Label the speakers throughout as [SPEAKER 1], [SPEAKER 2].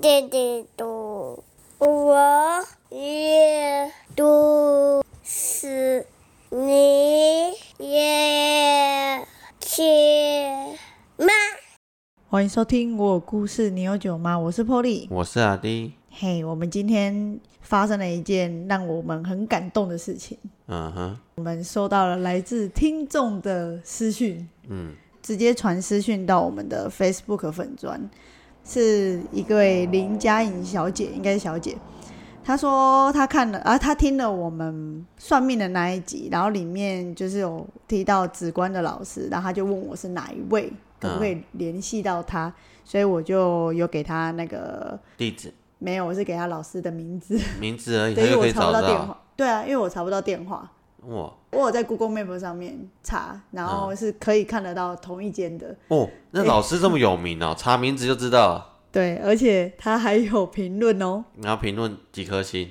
[SPEAKER 1] 弟弟读，我也读诗，你也去吗？
[SPEAKER 2] 欢迎收听《我有故事，你有酒吗》？我是 Polly。
[SPEAKER 3] 我是阿弟，
[SPEAKER 2] 嘿、我们今天发生了一件让我们很感动的事情，
[SPEAKER 3] 嗯哼，
[SPEAKER 2] 我们收到了来自听众的私讯，
[SPEAKER 3] 嗯，
[SPEAKER 2] 直接传私讯到我们的 Facebook 粉砖，是一位林佳颖小姐，应该是小姐。她说她看了啊，她听了我们算命的那一集，然后里面就是有提到紫观的老师，然后她就问我是哪一位，可不可以联系到她，所以我就有给她那个
[SPEAKER 3] 地址、
[SPEAKER 2] 没有，我是给她老师的名字，
[SPEAKER 3] 名字而已，他
[SPEAKER 2] 对，因为
[SPEAKER 3] 就可
[SPEAKER 2] 我
[SPEAKER 3] 以
[SPEAKER 2] 查
[SPEAKER 3] 找
[SPEAKER 2] 不到
[SPEAKER 3] 得
[SPEAKER 2] 电
[SPEAKER 3] 到。
[SPEAKER 2] 话，对啊，因为我查不到电话，
[SPEAKER 3] 哇
[SPEAKER 2] 我有在 Google Map 上面查，然
[SPEAKER 3] 嗯
[SPEAKER 2] 后是可以看得到同一间的，
[SPEAKER 3] 哦，那老师这么有 名哦，查名字就知道了，
[SPEAKER 2] 对，而且他还有评论哦，
[SPEAKER 3] 然后评论几颗星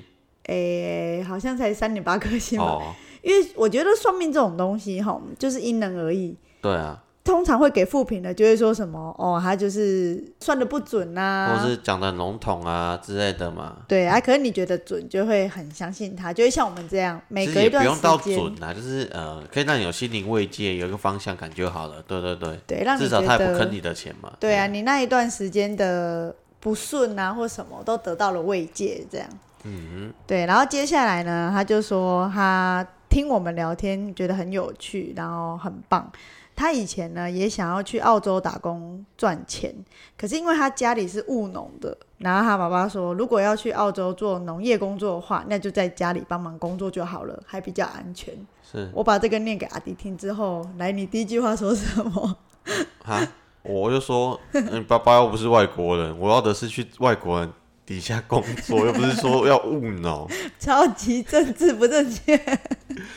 [SPEAKER 2] 诶、好像才三点八颗星吧。
[SPEAKER 3] 哦，
[SPEAKER 2] 因为我觉得算命这种东西哈，就是因人而异。
[SPEAKER 3] 对啊，
[SPEAKER 2] 通常会给负评的，就会说什么哦，他就是算的不准呐、
[SPEAKER 3] 或是讲的笼统啊之类的嘛，
[SPEAKER 2] 对啊，可是你觉得准，就会很相信他，就会像我们这样，每
[SPEAKER 3] 其
[SPEAKER 2] 隔
[SPEAKER 3] 实
[SPEAKER 2] 一
[SPEAKER 3] 也不
[SPEAKER 2] 段
[SPEAKER 3] 用到
[SPEAKER 2] 时间，
[SPEAKER 3] 准啊，就是呃，可以让你有心灵慰藉，有一个方向感就好了。对对对，
[SPEAKER 2] 对，让你
[SPEAKER 3] 至少
[SPEAKER 2] 觉
[SPEAKER 3] 他也
[SPEAKER 2] 得
[SPEAKER 3] 不坑你的钱嘛。
[SPEAKER 2] 对啊，
[SPEAKER 3] 嗯，
[SPEAKER 2] 你那一段时间的不顺啊，或什么都得到了慰藉，这样。嗯，对。然后接下来呢，他就说他听我们聊天觉得很有趣，然后很棒。他以前呢也想要去澳洲打工赚钱，可是因为他家里是务农的，然后他爸爸说，如果要去澳洲做农业工作的话，那就在家里帮忙工作就好了，还比较安全。
[SPEAKER 3] 是
[SPEAKER 2] 我把这个念给阿迪听之后，来，你第一句话说什么？
[SPEAKER 3] 哈，我就说， 嗯，爸爸又不是外国人，我要的是去外国人底下工作，又不是说要务农。
[SPEAKER 2] 超级政治不正确。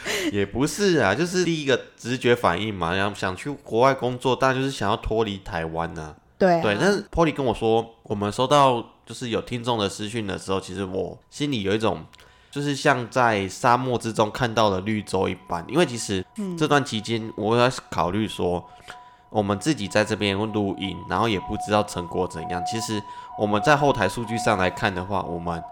[SPEAKER 3] 也不是啊，就是第一个直觉反应嘛，然后想去国外工作，当然就是想要脱离台湾呐、
[SPEAKER 2] 对、啊，
[SPEAKER 3] 对，但是 Polly 跟我说，我们收到就是有听众的私讯的时候，其实我心里有一种，就是像在沙漠之中看到了绿洲一般，因为其实
[SPEAKER 2] 嗯
[SPEAKER 3] 这段期间我要考虑说，我们自己在这边录音，然后也不知道成果怎样。其实我们在后台数据上来看的话，我们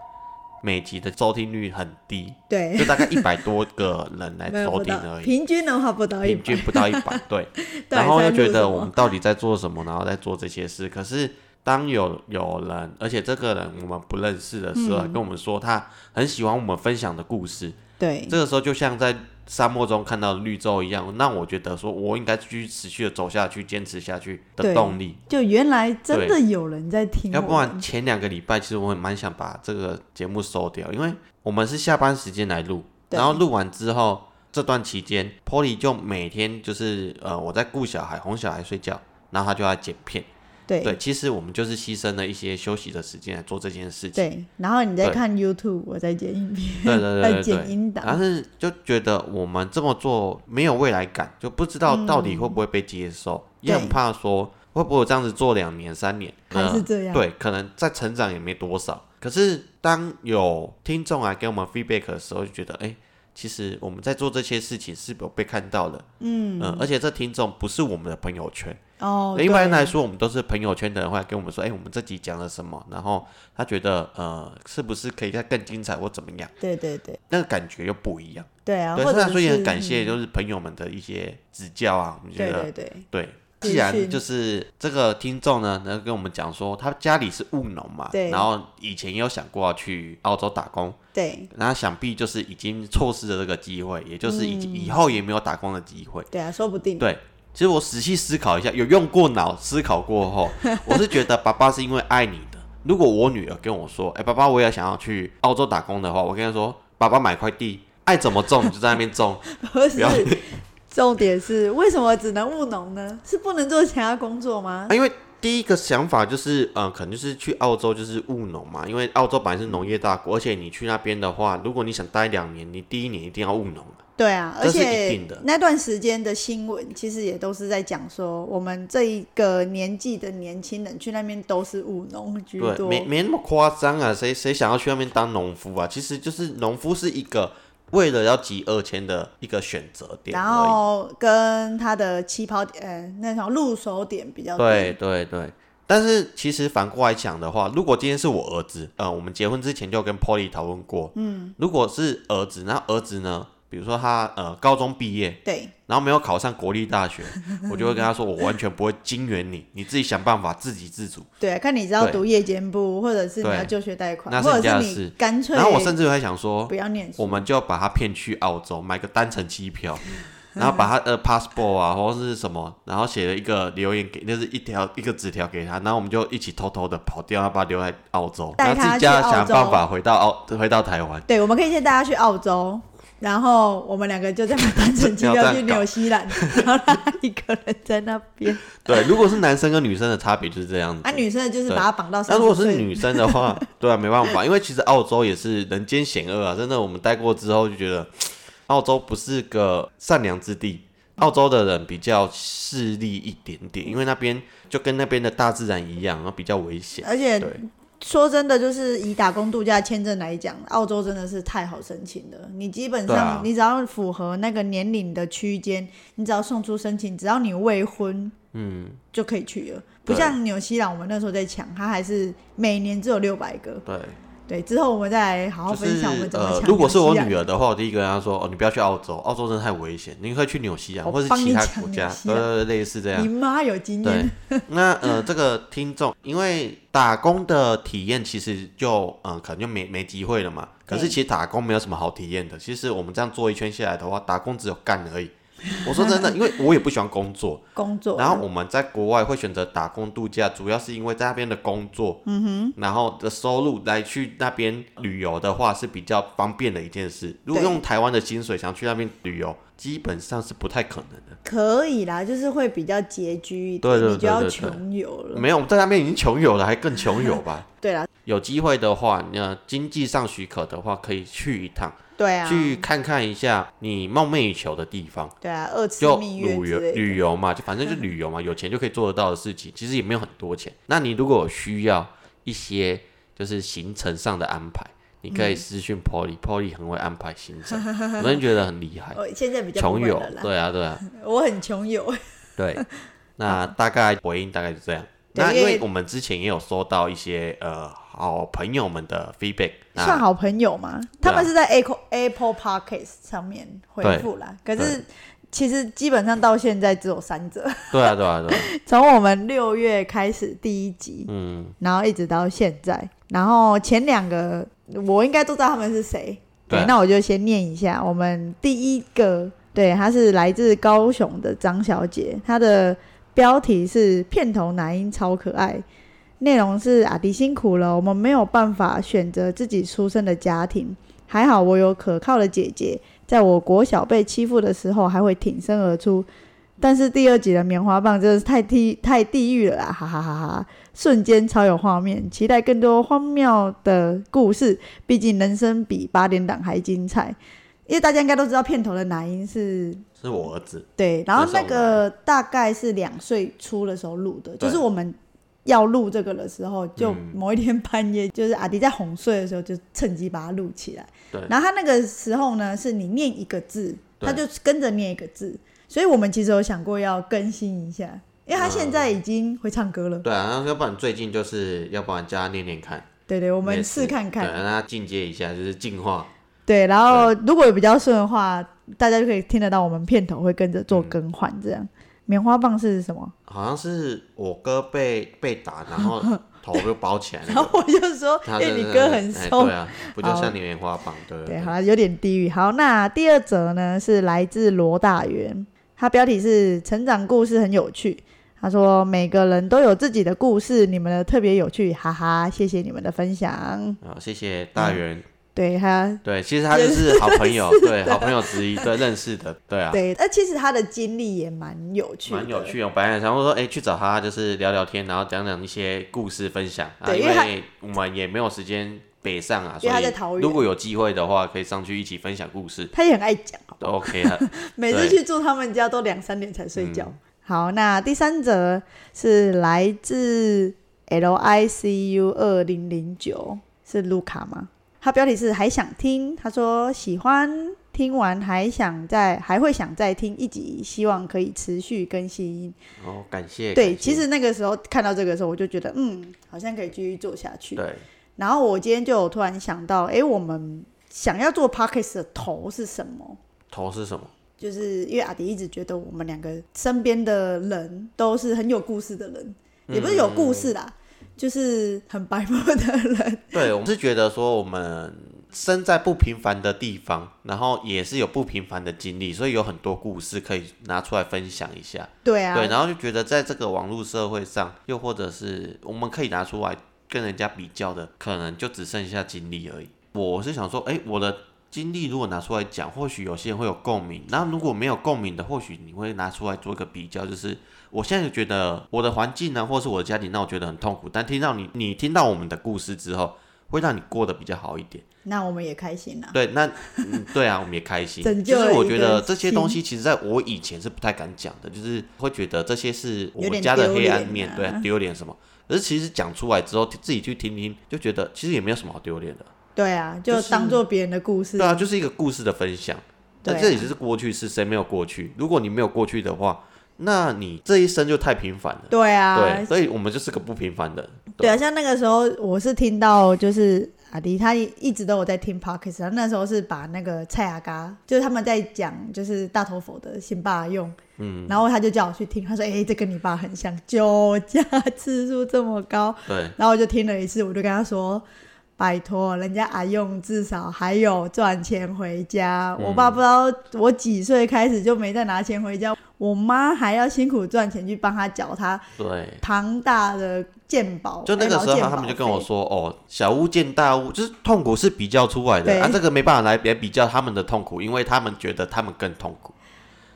[SPEAKER 3] 每集的收听率很低，
[SPEAKER 2] 对，
[SPEAKER 3] 就大概一百多个人来
[SPEAKER 2] 没有
[SPEAKER 3] 收
[SPEAKER 2] 不
[SPEAKER 3] 听
[SPEAKER 2] 到，
[SPEAKER 3] 而已，
[SPEAKER 2] 平均的话不到一
[SPEAKER 3] 平
[SPEAKER 2] 百
[SPEAKER 3] 均，不到一 百，对。
[SPEAKER 2] 到底
[SPEAKER 3] 然后
[SPEAKER 2] 在
[SPEAKER 3] 又
[SPEAKER 2] 录
[SPEAKER 3] 觉
[SPEAKER 2] 什
[SPEAKER 3] 得
[SPEAKER 2] 么
[SPEAKER 3] 我们到底在做什么，然后在做这些事。可是当有有人，而且这个人我们不认识的
[SPEAKER 2] 嗯
[SPEAKER 3] 时候，跟我们说他很喜欢我们分享的故事，
[SPEAKER 2] 对
[SPEAKER 3] 这个时候就像在沙漠中看到的绿洲一样，那我觉得说我应该继续持续的走下去，坚持下去
[SPEAKER 2] 对
[SPEAKER 3] 的动力。
[SPEAKER 2] 就原来真的有人在听我
[SPEAKER 3] 要
[SPEAKER 2] 们，
[SPEAKER 3] 不然前两个礼拜，其实我很蛮想把这个节目收掉，因为我们是下班时间来录，
[SPEAKER 2] 对
[SPEAKER 3] 然后录完之后这段期间，Polly 就每天就是呃我在顾小孩、哄小孩睡觉，然后他就要剪片。
[SPEAKER 2] 对
[SPEAKER 3] 对，其实我们就是牺牲了一些休息的时间来做这件事情。
[SPEAKER 2] 对然后你在
[SPEAKER 3] 对
[SPEAKER 2] 看 YouTube，我在剪影片，
[SPEAKER 3] 对对对
[SPEAKER 2] 在
[SPEAKER 3] 对对
[SPEAKER 2] 剪音
[SPEAKER 3] 但
[SPEAKER 2] 档，
[SPEAKER 3] 是就觉得我们这么做没有未来感，就不知道到底会不会被接受，也
[SPEAKER 2] 对
[SPEAKER 3] 很怕说会不会我这样子做两年、三年，
[SPEAKER 2] 还
[SPEAKER 3] 呃
[SPEAKER 2] 是这样，
[SPEAKER 3] 对，可能在成长也没多少。可是当有听众来给我们 feedback 的时候，就觉得哎、诶其实我们在做这些事情是有被看到的，嗯、呃、而且这听众不是我们的朋友圈，
[SPEAKER 2] 哦，
[SPEAKER 3] 一般
[SPEAKER 2] 对
[SPEAKER 3] 来说我们都是朋友圈的人会来跟我们说，哎、我们这集讲了什么，然后他觉得呃是不是可以再更精彩或怎么样，
[SPEAKER 2] 对对对
[SPEAKER 3] 那个感觉又不一样。
[SPEAKER 2] 对啊，
[SPEAKER 3] 对，
[SPEAKER 2] 或
[SPEAKER 3] 虽
[SPEAKER 2] 者
[SPEAKER 3] 然说也
[SPEAKER 2] 是嗯
[SPEAKER 3] 很感谢，就是朋友们的一些指教啊，我们觉
[SPEAKER 2] 对对
[SPEAKER 3] 得
[SPEAKER 2] 对
[SPEAKER 3] 对，
[SPEAKER 2] 资
[SPEAKER 3] 既然
[SPEAKER 2] 讯
[SPEAKER 3] 就是这个听众呢，能跟我们讲说，他家里是务农嘛，
[SPEAKER 2] 对
[SPEAKER 3] 然后以前也有想过要去澳洲打工，
[SPEAKER 2] 对
[SPEAKER 3] 那想必就是已经错失了这个机会，也就是以、
[SPEAKER 2] 嗯
[SPEAKER 3] 以后也没有打工的机会。
[SPEAKER 2] 对啊，说不定
[SPEAKER 3] 对，其实我仔细思考一下，有用过脑思考过后，我是觉得爸爸是因为爱你的。如果我女儿跟我说，哎、爸爸，我也想要去澳洲打工的话，我跟她说，爸爸买块地，爱怎么种你就在那边种，
[SPEAKER 2] 不
[SPEAKER 3] 不要
[SPEAKER 2] 是。重点是为什么只能务农呢？是不能做其他工作吗
[SPEAKER 3] 啊，？因为第一个想法就是，呃，可能就是去澳洲就是务农嘛，因为澳洲本来是农业大国，而且你去那边的话，如果你想待两年，你第一年一定要务农啊。
[SPEAKER 2] 对啊，而
[SPEAKER 3] 这是一
[SPEAKER 2] 且
[SPEAKER 3] 定的
[SPEAKER 2] 那段时间的新闻其实也都是在讲说，我们这一个年纪的年轻人去那边都是务农居
[SPEAKER 3] 对，
[SPEAKER 2] 多，
[SPEAKER 3] 没没那么夸张啊，谁谁想要去那边当农夫啊？其实就是农夫是一个为了要集二千的一个选择点
[SPEAKER 2] 然
[SPEAKER 3] 而已。
[SPEAKER 2] 后跟他的起跑点，呃，那种入手点比较
[SPEAKER 3] 对
[SPEAKER 2] 低。
[SPEAKER 3] 对对，但是其实反过来讲的话，如果今天是我儿子，呃，我们结婚之前就跟 Polly 讨论过，嗯，如果是儿子，那儿子呢，比如说他呃高中毕业，
[SPEAKER 2] 对，
[SPEAKER 3] 然后没有考上国 立大学，我就会跟他说，我完全不会金援你，你自己想办法自给自足。
[SPEAKER 2] 对，看你是要
[SPEAKER 3] 对
[SPEAKER 2] 读夜间部，或者是你
[SPEAKER 3] 对
[SPEAKER 2] 要就学贷款，
[SPEAKER 3] 那是
[SPEAKER 2] 或
[SPEAKER 3] 你
[SPEAKER 2] 者
[SPEAKER 3] 家的
[SPEAKER 2] 是你
[SPEAKER 3] 事
[SPEAKER 2] 干脆
[SPEAKER 3] 然后我甚至还想说
[SPEAKER 2] 不，要念书。
[SPEAKER 3] 我们就把他骗去澳洲，买个单程 机票，然后把他的 passport 啊或者是什么，然后写了一个留言给，就是一条一个纸条给他，然后我们就一起偷偷的跑掉，然后把他留在澳洲，
[SPEAKER 2] 带
[SPEAKER 3] 然后自
[SPEAKER 2] 他
[SPEAKER 3] 己
[SPEAKER 2] 去
[SPEAKER 3] 家
[SPEAKER 2] 澳
[SPEAKER 3] 想
[SPEAKER 2] 洲
[SPEAKER 3] 办法回到澳回到台湾。
[SPEAKER 2] 对，我们可以带大家去澳洲，然后我们两个就再买单程机
[SPEAKER 3] 不要这
[SPEAKER 2] 票
[SPEAKER 3] 样
[SPEAKER 2] 去纽西兰，然后他一个人在那边。
[SPEAKER 3] 对，如果是男生跟女生的差别就是这样子。
[SPEAKER 2] 啊，女生的就是
[SPEAKER 3] 对
[SPEAKER 2] 把他绑到 三
[SPEAKER 3] 那
[SPEAKER 2] 十
[SPEAKER 3] 如
[SPEAKER 2] 岁。
[SPEAKER 3] 果是女生 的话，对啊，没办法，因为其实澳洲也是人间险恶啊，真的，我们待过之后就觉得， 澳洲不是个善良之地。澳洲的人比较势利一点点，因为那边就跟那边的大自然一样，然后比较危险。
[SPEAKER 2] 而且
[SPEAKER 3] 对
[SPEAKER 2] 说真的，就是以打工度假签证来讲，澳洲真的是太好申请了。你基本上，
[SPEAKER 3] 对啊
[SPEAKER 2] 你只要符合那个年龄的区间，你只要送出申请，只要你未婚，嗯，就可以去了。不
[SPEAKER 3] 对
[SPEAKER 2] 像纽西兰，我们那时候在抢，它还是每年只有六百个。
[SPEAKER 3] 对，
[SPEAKER 2] 对，之后我们再来好好
[SPEAKER 3] 就
[SPEAKER 2] 分
[SPEAKER 3] 是
[SPEAKER 2] 享我们怎么
[SPEAKER 3] 呃
[SPEAKER 2] 抢、，
[SPEAKER 3] 如果是我女
[SPEAKER 2] 儿，
[SPEAKER 3] 儿的话，我第一个跟她说：“哦，你不要去澳洲，澳洲真的太危险，你可以去纽西兰
[SPEAKER 2] 我
[SPEAKER 3] 或是
[SPEAKER 2] 帮
[SPEAKER 3] 其
[SPEAKER 2] 你
[SPEAKER 3] 他
[SPEAKER 2] 抢
[SPEAKER 3] 国
[SPEAKER 2] 纽
[SPEAKER 3] 家。”
[SPEAKER 2] 西
[SPEAKER 3] 对
[SPEAKER 2] 兰
[SPEAKER 3] 对对，类似这样
[SPEAKER 2] 你。妈有经验，
[SPEAKER 3] 对，那呃，这个听众，因为打工的体验其实就嗯、呃可能就没没机会了嘛。可是
[SPEAKER 2] 对
[SPEAKER 3] 其实打工没有什么好体验的。其实我们这样做一圈下来的话，打工只有干而已。我说真的，因为我也不喜欢工作，
[SPEAKER 2] 工作，
[SPEAKER 3] 然后我们在国外会选择打工度假，主要是因为在那边的工作，嗯哼，然后的收入来去那边旅游的话是比较方便的一件事。如果
[SPEAKER 2] 对
[SPEAKER 3] 用台湾的薪水想去那边旅游，基本上是不太可能的。
[SPEAKER 2] 可以啦，就是会比较拮据一点，
[SPEAKER 3] 对对
[SPEAKER 2] 你就要
[SPEAKER 3] 对对对
[SPEAKER 2] 穷游了。
[SPEAKER 3] 没有，我们在那边已经穷游了，还更穷游吧？
[SPEAKER 2] 对啦，
[SPEAKER 3] 有机会的话，那经济上许可的话，可以去一趟，
[SPEAKER 2] 对啊，
[SPEAKER 3] 去看看一下你梦寐以求的地方，
[SPEAKER 2] 对啊，二次
[SPEAKER 3] 就
[SPEAKER 2] 蜜月
[SPEAKER 3] 旅
[SPEAKER 2] 之
[SPEAKER 3] 游
[SPEAKER 2] 类的。
[SPEAKER 3] 旅游嘛，就 反正就旅游嘛，有钱就可以做得到的事情，其实也没有很多钱。那你如果有需要一些就是行程上的安排，你可
[SPEAKER 2] 嗯
[SPEAKER 3] 以私讯 Polly，Polly、很会安排行 程，我真的觉得很厉害。
[SPEAKER 2] 我哦现在比较不
[SPEAKER 3] 哎穷
[SPEAKER 2] 会
[SPEAKER 3] 游
[SPEAKER 2] 了，啦，
[SPEAKER 3] 对啊，对啊，
[SPEAKER 2] 我很穷游。
[SPEAKER 3] 对，那大概回应大概就这样。
[SPEAKER 2] 对
[SPEAKER 3] 那
[SPEAKER 2] 因
[SPEAKER 3] 因为
[SPEAKER 2] 为
[SPEAKER 3] 我们之前也有收到一些呃好朋友们的 feedback，那啊
[SPEAKER 2] 算好朋友嘛，他们是在 Apple Apple Podcast 上面回复啦。可是其实基本上到现在只有三折，
[SPEAKER 3] 对啊，对啊，对啊，
[SPEAKER 2] 从我们六月开始第一集，
[SPEAKER 3] 嗯，
[SPEAKER 2] 然后一直到现在，然后前两个我应该都知道他们是谁。
[SPEAKER 3] 对
[SPEAKER 2] 对，那我就先念一下。我们第一个，对，她是来自高雄的张小姐，她的标题是“片头男音超可爱”，内容是阿迪辛苦了，我们没有办法选择自己出生的家庭，还好我有可靠的姐姐，在我国小被欺负的时候还会挺身而出。但是第二集的棉花棒真的是太地太地狱了啊！哈哈哈哈，瞬间超有画面，期待更多荒谬的故事。毕竟人生比八点档还精彩。因为大家应该都知道片头的男音是
[SPEAKER 3] 是我儿子，
[SPEAKER 2] 对，然后
[SPEAKER 3] 那时
[SPEAKER 2] 那
[SPEAKER 3] 候
[SPEAKER 2] 个大概是两岁初的时候录的，就是我们要录这个的时候，就
[SPEAKER 3] 嗯
[SPEAKER 2] 某一天半夜，就是阿迪在哄睡的时候，就趁机把它录起来。
[SPEAKER 3] 对
[SPEAKER 2] 然后他那个时候呢，是你念一个字，
[SPEAKER 3] 对
[SPEAKER 2] 他就跟着念一个字，所以我们其实有想过要更新一下，因为他现在已经会唱歌了。
[SPEAKER 3] 对啊，那要不然最近就是要不然叫他念念看，
[SPEAKER 2] 对对，我
[SPEAKER 3] 我
[SPEAKER 2] 们试看看
[SPEAKER 3] 对，。啊让他进阶一下，就是进化，
[SPEAKER 2] 对，然后如果有比较顺的话，大家就可以听得到我们片头会跟着
[SPEAKER 3] 嗯
[SPEAKER 2] 做更换，这样。棉花棒是什么？
[SPEAKER 3] 好像是我哥被被打，然 后头被包起来那
[SPEAKER 2] 然后
[SPEAKER 3] 个，
[SPEAKER 2] 我就说，
[SPEAKER 3] 他
[SPEAKER 2] 哎、
[SPEAKER 3] 就是
[SPEAKER 2] 你歌很
[SPEAKER 3] 哎
[SPEAKER 2] 松
[SPEAKER 3] 对。啊，不就
[SPEAKER 2] 好
[SPEAKER 3] 像你棉花棒，对
[SPEAKER 2] 对，
[SPEAKER 3] 对
[SPEAKER 2] 好，有点地狱。好，那第二则呢是来自罗大元，他标题是“成长故事很有趣”。他说：“每个人都有自己的故事，你们的特别有趣，哈哈！谢谢你们的分享。
[SPEAKER 3] 好，谢谢大
[SPEAKER 2] 嗯
[SPEAKER 3] 元。
[SPEAKER 2] 对”他
[SPEAKER 3] 对，其实 他就是好朋友，对，好朋友之一，对，认识的，对啊，
[SPEAKER 2] 对，那其实他的经历也蛮有趣的，
[SPEAKER 3] 蛮有趣的。我本来想说，哎、去找他就是聊聊天，然后讲讲一些故事分享啊，
[SPEAKER 2] 对
[SPEAKER 3] 因
[SPEAKER 2] 因为他
[SPEAKER 3] 为我们也没有时间北上啊，所
[SPEAKER 2] 因为他在桃园
[SPEAKER 3] 以如果有机会的话，可以上去一起分享故事，
[SPEAKER 2] 他也很爱讲。
[SPEAKER 3] 都 OK 啊。
[SPEAKER 2] 每次
[SPEAKER 3] 对
[SPEAKER 2] 去住他们家都两三点才睡觉。
[SPEAKER 3] 嗯
[SPEAKER 2] 好，那第三则是来自 LICU 二零零九，是卢卡吗？他标题是还想听，他说喜欢听完还想再还会想再听一集，希望可以持续更新。
[SPEAKER 3] 哦，感谢。
[SPEAKER 2] 对，
[SPEAKER 3] 感谢
[SPEAKER 2] 其实那个时候看到这个的时候，我就觉得嗯，好像可以继续做下去。
[SPEAKER 3] 对，
[SPEAKER 2] 然后我今天就有突然想到，诶，我们想要做 podcast 的头是什么？
[SPEAKER 3] 头是什么？
[SPEAKER 2] 就是因为阿迪一直觉得我们两个身边的人都是很有故事的人，
[SPEAKER 3] 嗯
[SPEAKER 2] 也不是有故事啦，就是很白目的人。
[SPEAKER 3] 对，我们是觉得说我们身在不平凡的地方，然后也是有不平凡的经历，所以有很多故事可以拿出来分享一下。
[SPEAKER 2] 对啊，
[SPEAKER 3] 对，然后就觉得在这个网络社会上，又或者是我们可以拿出来跟人家比较的，可能就只剩下经历而已。我是想说，哎，我的经历如果拿出来讲，或许有些人会有共鸣。然后如果没有共鸣的，或许你会拿出来做一个比较，就是我现在就觉得我的环境呢，或是我的家庭让我觉得很痛苦，但听到你你听到我们的故事之后，会让你过得比较好一点。
[SPEAKER 2] 那我们也开心啊啦。
[SPEAKER 3] 对，那、嗯、对啊，我们也开心。
[SPEAKER 2] 拯
[SPEAKER 3] 就
[SPEAKER 2] 救
[SPEAKER 3] 是
[SPEAKER 2] 了
[SPEAKER 3] 我
[SPEAKER 2] 一
[SPEAKER 3] 觉
[SPEAKER 2] 个
[SPEAKER 3] 得这些
[SPEAKER 2] 心
[SPEAKER 3] 东西，其实在我以前是不太敢讲的，就是会觉得这些是我
[SPEAKER 2] 有
[SPEAKER 3] 们
[SPEAKER 2] 点
[SPEAKER 3] 家的
[SPEAKER 2] 丢
[SPEAKER 3] 黑暗
[SPEAKER 2] 脸
[SPEAKER 3] 面，
[SPEAKER 2] 啊
[SPEAKER 3] 对啊，丢脸什么。可是其实讲出来之后，自己去听听，就觉得其实也没有什么好丢脸的。
[SPEAKER 2] 对啊，
[SPEAKER 3] 就
[SPEAKER 2] 就是当做别人的故事。
[SPEAKER 3] 对啊，就是一个故事的分享。但
[SPEAKER 2] 对
[SPEAKER 3] 这
[SPEAKER 2] 啊
[SPEAKER 3] 也就是过去是谁没有过去？如果你没有过去的话，那你这一生就太平凡了。
[SPEAKER 2] 对啊，
[SPEAKER 3] 对，所以我们就是个不平凡的人。
[SPEAKER 2] 对
[SPEAKER 3] 对
[SPEAKER 2] 啊，像那个时候我是听到就是阿迪他一直都有在听 podcast，他那时候是把那个蔡阿嘎，就是他们在讲就是大头佛的辛巴用，嗯，然后他就叫我去听，他说哎、这跟你爸很像，酒驾次数这么高，
[SPEAKER 3] 对
[SPEAKER 2] 然后我就听了一次，我就跟他说。拜托，人家阿用至少还有赚钱回家。我
[SPEAKER 3] 嗯
[SPEAKER 2] 爸不知道我几岁开始就没再拿钱回家，我妈还要辛苦赚钱去帮他缴他
[SPEAKER 3] 对。
[SPEAKER 2] 庞大的鉴宝，
[SPEAKER 3] 就那
[SPEAKER 2] 哎
[SPEAKER 3] 个时候，他们就跟我，说：“哦，小巫见大巫，就是痛苦是比较出来的
[SPEAKER 2] 对
[SPEAKER 3] 啊，这个没办法来别比较他们的痛苦，因为他们觉得他们更痛
[SPEAKER 2] 劳健保
[SPEAKER 3] 苦。
[SPEAKER 2] 费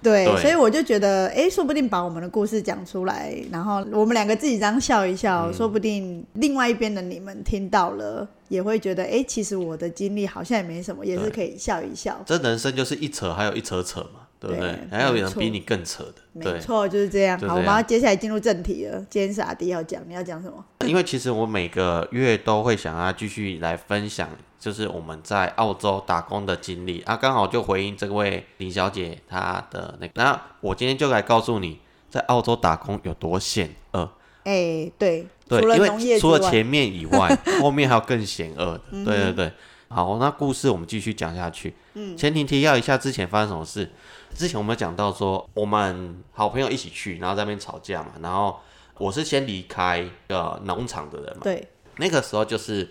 [SPEAKER 3] 对
[SPEAKER 2] 对，所以我就觉得，哎、说不定把我们的故事讲出来，然后我们两个自己这样笑一笑，
[SPEAKER 3] 嗯
[SPEAKER 2] 说不定另外一边的你们听到了，也会觉得，哎、其实我的经历好像也没什么，也是可以笑一笑。
[SPEAKER 3] 这人生就是一扯还有一扯扯嘛，对不对？
[SPEAKER 2] 对
[SPEAKER 3] 还有
[SPEAKER 2] 没
[SPEAKER 3] 人
[SPEAKER 2] 错
[SPEAKER 3] 比你更扯的，
[SPEAKER 2] 没
[SPEAKER 3] 对。
[SPEAKER 2] 错，就是这样。
[SPEAKER 3] 就
[SPEAKER 2] 好，
[SPEAKER 3] 这
[SPEAKER 2] 我
[SPEAKER 3] 样
[SPEAKER 2] 们要接下来进入正题了。今天是阿迪要讲，你要讲什么？
[SPEAKER 3] 因为其实我每个月都会想要继续来分享，就是我们在澳洲打工的经历啊，刚好就回应这位林小姐她的那个。那我今天就来告诉你，在澳洲打工有多险呃恶。
[SPEAKER 2] 哎、对，
[SPEAKER 3] 对，
[SPEAKER 2] 除了
[SPEAKER 3] 因为
[SPEAKER 2] 农业之
[SPEAKER 3] 除
[SPEAKER 2] 外，嗯
[SPEAKER 3] 了前面以 外，后面还有更险恶的。对对对，好，那故事我们继续讲下去。嗯，前提提要一下之前发生什么事。之前我们有讲到说，我们好朋友一起去，然后在那边吵架嘛，然后我是先离开呃农场的人嘛，
[SPEAKER 2] 对
[SPEAKER 3] 那个时候就是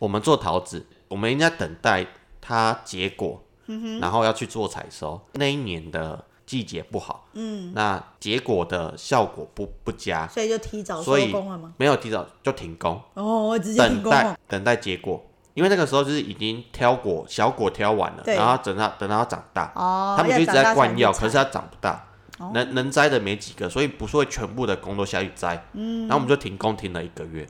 [SPEAKER 3] 我们做桃子，我们应该等待它结果，
[SPEAKER 2] 嗯
[SPEAKER 3] 然后要去做采收。那一年的季节不好，嗯，那结果的效果不不佳，
[SPEAKER 2] 所以就提早收
[SPEAKER 3] 所以
[SPEAKER 2] 工了吗？
[SPEAKER 3] 没有提早就停工，
[SPEAKER 2] 哦，我直接停
[SPEAKER 3] 等
[SPEAKER 2] 工了
[SPEAKER 3] 待。等待结果，因为那个时候就是已经挑果小果挑完了，
[SPEAKER 2] 对
[SPEAKER 3] 然后等它等到它长大，
[SPEAKER 2] 哦，
[SPEAKER 3] 他们就一直在灌药，
[SPEAKER 2] 要
[SPEAKER 3] 可是它长不大，
[SPEAKER 2] 哦
[SPEAKER 3] 能能摘的没几个，所以不是会全部的工都下去摘，嗯，然后我们就停工停了一个 月，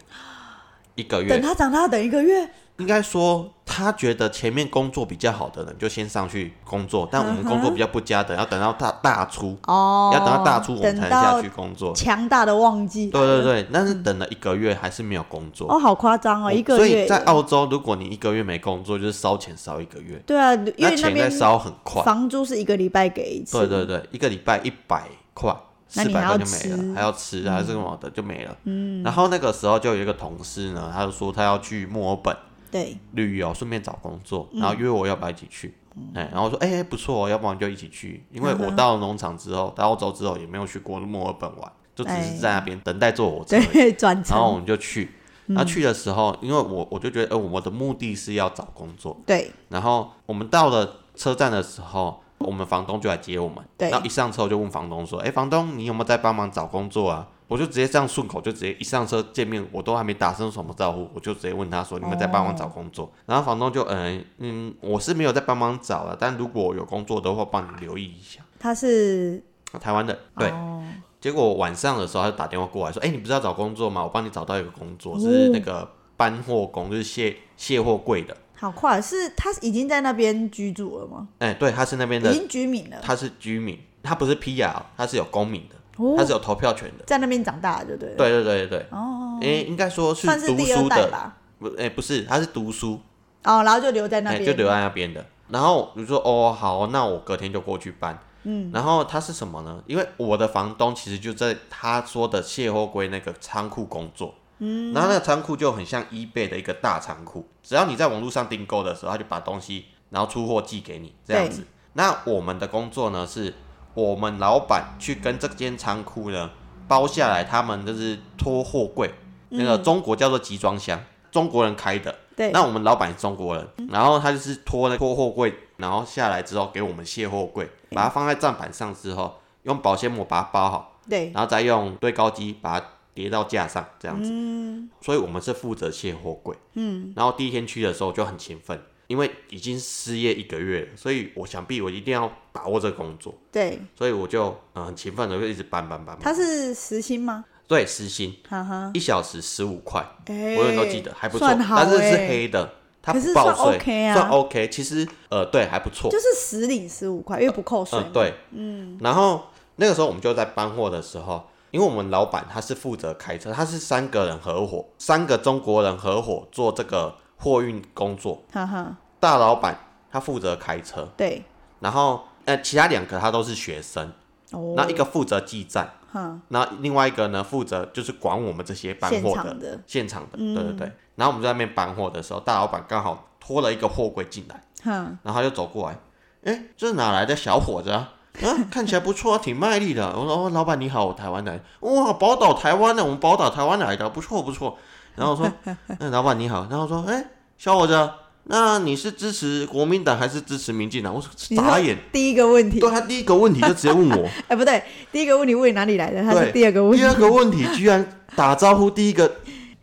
[SPEAKER 3] 一个
[SPEAKER 2] 等
[SPEAKER 3] 月，
[SPEAKER 2] 他长大，等一个月。
[SPEAKER 3] 应该说他觉得前面工作比较好的人就先上去工作，但我们工作比较不佳的，要等到大大出，
[SPEAKER 2] 嗯哦，
[SPEAKER 3] 要等到大出我们
[SPEAKER 2] 等
[SPEAKER 3] 才能下
[SPEAKER 2] 到嗯
[SPEAKER 3] 去工作，
[SPEAKER 2] 强大的旺季。
[SPEAKER 3] 对对对，但是等了一个月还是没有工作，
[SPEAKER 2] 哦，好夸张哦，
[SPEAKER 3] 我
[SPEAKER 2] 一个
[SPEAKER 3] 所
[SPEAKER 2] 月
[SPEAKER 3] 以
[SPEAKER 2] 耶。
[SPEAKER 3] 在澳洲，如果你一个月没工作，就是烧钱烧一个月，
[SPEAKER 2] 对啊，因为
[SPEAKER 3] 钱在
[SPEAKER 2] 边
[SPEAKER 3] 烧很快。
[SPEAKER 2] 房租是一个礼拜给一次。
[SPEAKER 3] 对对对，一个礼拜一百块，
[SPEAKER 2] 那
[SPEAKER 3] 四
[SPEAKER 2] 你
[SPEAKER 3] 百
[SPEAKER 2] 还要
[SPEAKER 3] 块就没
[SPEAKER 2] 吃嗯
[SPEAKER 3] 了，还要吃啊什么的就没了。嗯。然后那个时候就有一个同事呢，他就说他要去墨尔本
[SPEAKER 2] 对
[SPEAKER 3] 旅游，顺便找工作，
[SPEAKER 2] 嗯
[SPEAKER 3] 然后约我要不要一起去。哎、然后我说哎、不错、哦，要不然就一起去，因
[SPEAKER 2] 嗯
[SPEAKER 3] 为我到农场之后，到澳洲之后也没有去过墨尔本玩，就只
[SPEAKER 2] 哎
[SPEAKER 3] 是在那边等待坐火车而已。
[SPEAKER 2] 对，转
[SPEAKER 3] 然后我
[SPEAKER 2] 成
[SPEAKER 3] 们就去。
[SPEAKER 2] 嗯
[SPEAKER 3] 那去的时候，因为我我就觉得，呃，我的目的是要找工作。
[SPEAKER 2] 对
[SPEAKER 3] 然后我们到了车站的时候，我们房东就来接我们。
[SPEAKER 2] 对
[SPEAKER 3] 然后一上车我就问房东说：“哎，房东，你有没有在帮忙找工作啊？”我就直接这样顺口，就直接一上车见面，我都还没打声什么招呼，我就直接问他说：“你们在帮忙
[SPEAKER 2] 哦
[SPEAKER 3] 找工作？”然后房东就嗯嗯，我是没有在帮忙找啊，但如果有工作的话，帮你留意一下。
[SPEAKER 2] 他是
[SPEAKER 3] 台湾的对，
[SPEAKER 2] 哦
[SPEAKER 3] 结果晚上的时候，他就打电话过来说：“哎、你不是要找工作吗？我帮你找到一个工作，是
[SPEAKER 2] 哦
[SPEAKER 3] 那个搬货工，就是卸卸货柜的。
[SPEAKER 2] 好快，是他已经在那边居住了吗？
[SPEAKER 3] 哎、对，他是那边
[SPEAKER 2] 已
[SPEAKER 3] 的，
[SPEAKER 2] 经居民了，
[SPEAKER 3] 他是居民，他不是 PR，他是有公民的，
[SPEAKER 2] 哦
[SPEAKER 3] 他是有投票权的。
[SPEAKER 2] 在那边长大就对了。，
[SPEAKER 3] 对对对对对，
[SPEAKER 2] 哦，
[SPEAKER 3] 哎、应该说是
[SPEAKER 2] 算是
[SPEAKER 3] 读
[SPEAKER 2] 第二
[SPEAKER 3] 书
[SPEAKER 2] 代
[SPEAKER 3] 的，
[SPEAKER 2] 吧。
[SPEAKER 3] 不，哎、不是，他是读书，
[SPEAKER 2] 哦，然后就留在那
[SPEAKER 3] 哎、
[SPEAKER 2] 边，
[SPEAKER 3] 就留在那边的。然后你说哦好，那我隔天就过去搬。嗯，然后他是什么呢？因为我的房东其实就在他说的卸货柜那个仓库工作。嗯，然后那个仓库就很像 eBay 的一个大仓库，只要你在网络上订购的时候，他就把东西然后出货寄给你这样子。那我们的工作呢，是我们老板去跟这间仓库呢包下来，他们就是拖货柜，那
[SPEAKER 2] 嗯
[SPEAKER 3] 个中国叫做集装箱，中国人开的。
[SPEAKER 2] 对
[SPEAKER 3] 那我们老板是中国人，然后他就是拖那拖货柜，然后下来之后给我们卸货柜，把它放在站板上之后，用保鲜膜把它包好，
[SPEAKER 2] 对，
[SPEAKER 3] 然后再用堆高机把它叠到架上，这样子。
[SPEAKER 2] 嗯
[SPEAKER 3] 所以我们是负责卸货柜。嗯。然后第一天去的时候就很勤奋，因为已经失业一个月了，所以我想必我一定要把握这个工作，
[SPEAKER 2] 对，
[SPEAKER 3] 所以我就嗯很勤奋的就一直搬搬搬。
[SPEAKER 2] 他
[SPEAKER 3] 搬
[SPEAKER 2] 是时薪吗？
[SPEAKER 3] 对时薪
[SPEAKER 2] 哈哈，
[SPEAKER 3] 一小时十五块，
[SPEAKER 2] 我
[SPEAKER 3] 我永远都记得，还不错，
[SPEAKER 2] 哎算好
[SPEAKER 3] 但是是
[SPEAKER 2] 欸
[SPEAKER 3] 黑的。它
[SPEAKER 2] 可是
[SPEAKER 3] 不报
[SPEAKER 2] 算
[SPEAKER 3] 税
[SPEAKER 2] OK 啊
[SPEAKER 3] OK 其实呃，对，还不错。
[SPEAKER 2] 就是实领十五块，因为不扣税嘛。
[SPEAKER 3] 嗯，对，嗯。然后那个时候我们就在搬货的时候，因为我们老板他是负责开车，他是三个人合伙，三个中国人合伙做这个货运工作。
[SPEAKER 2] 哈哈，
[SPEAKER 3] 大老板他负责开车，
[SPEAKER 2] 对，
[SPEAKER 3] 然后呃，其他两个他都是学生，
[SPEAKER 2] 哦，
[SPEAKER 3] 那一个负责记账，
[SPEAKER 2] 哈，
[SPEAKER 3] 然后另外一个呢负责就是管我们这些搬货
[SPEAKER 2] 现场的
[SPEAKER 3] 现场的，对对对。然后我们在那边搬货的时候，大老板刚好拖了一个货柜进来。
[SPEAKER 2] 哈，
[SPEAKER 3] 然后他就走过来，哎，这哪来的小伙子啊？啊，看起来不错，挺卖力的。我说，哦，老板你好，我台湾来的。哇，宝岛台湾的，我们宝岛台湾来的，不错不错。然后我说，嗯，老板你好。然后说，哎，小伙子，那你是支持国民党还是支持民进党？我说
[SPEAKER 2] 你
[SPEAKER 3] 傻
[SPEAKER 2] 说
[SPEAKER 3] 眼。
[SPEAKER 2] 第一个问题
[SPEAKER 3] 对，他第一个问题就直接问我，
[SPEAKER 2] 哎，不对，第一个问题问你哪里来的，他
[SPEAKER 3] 对，
[SPEAKER 2] 是第二个问题
[SPEAKER 3] 第，二个问题居然打招呼第一个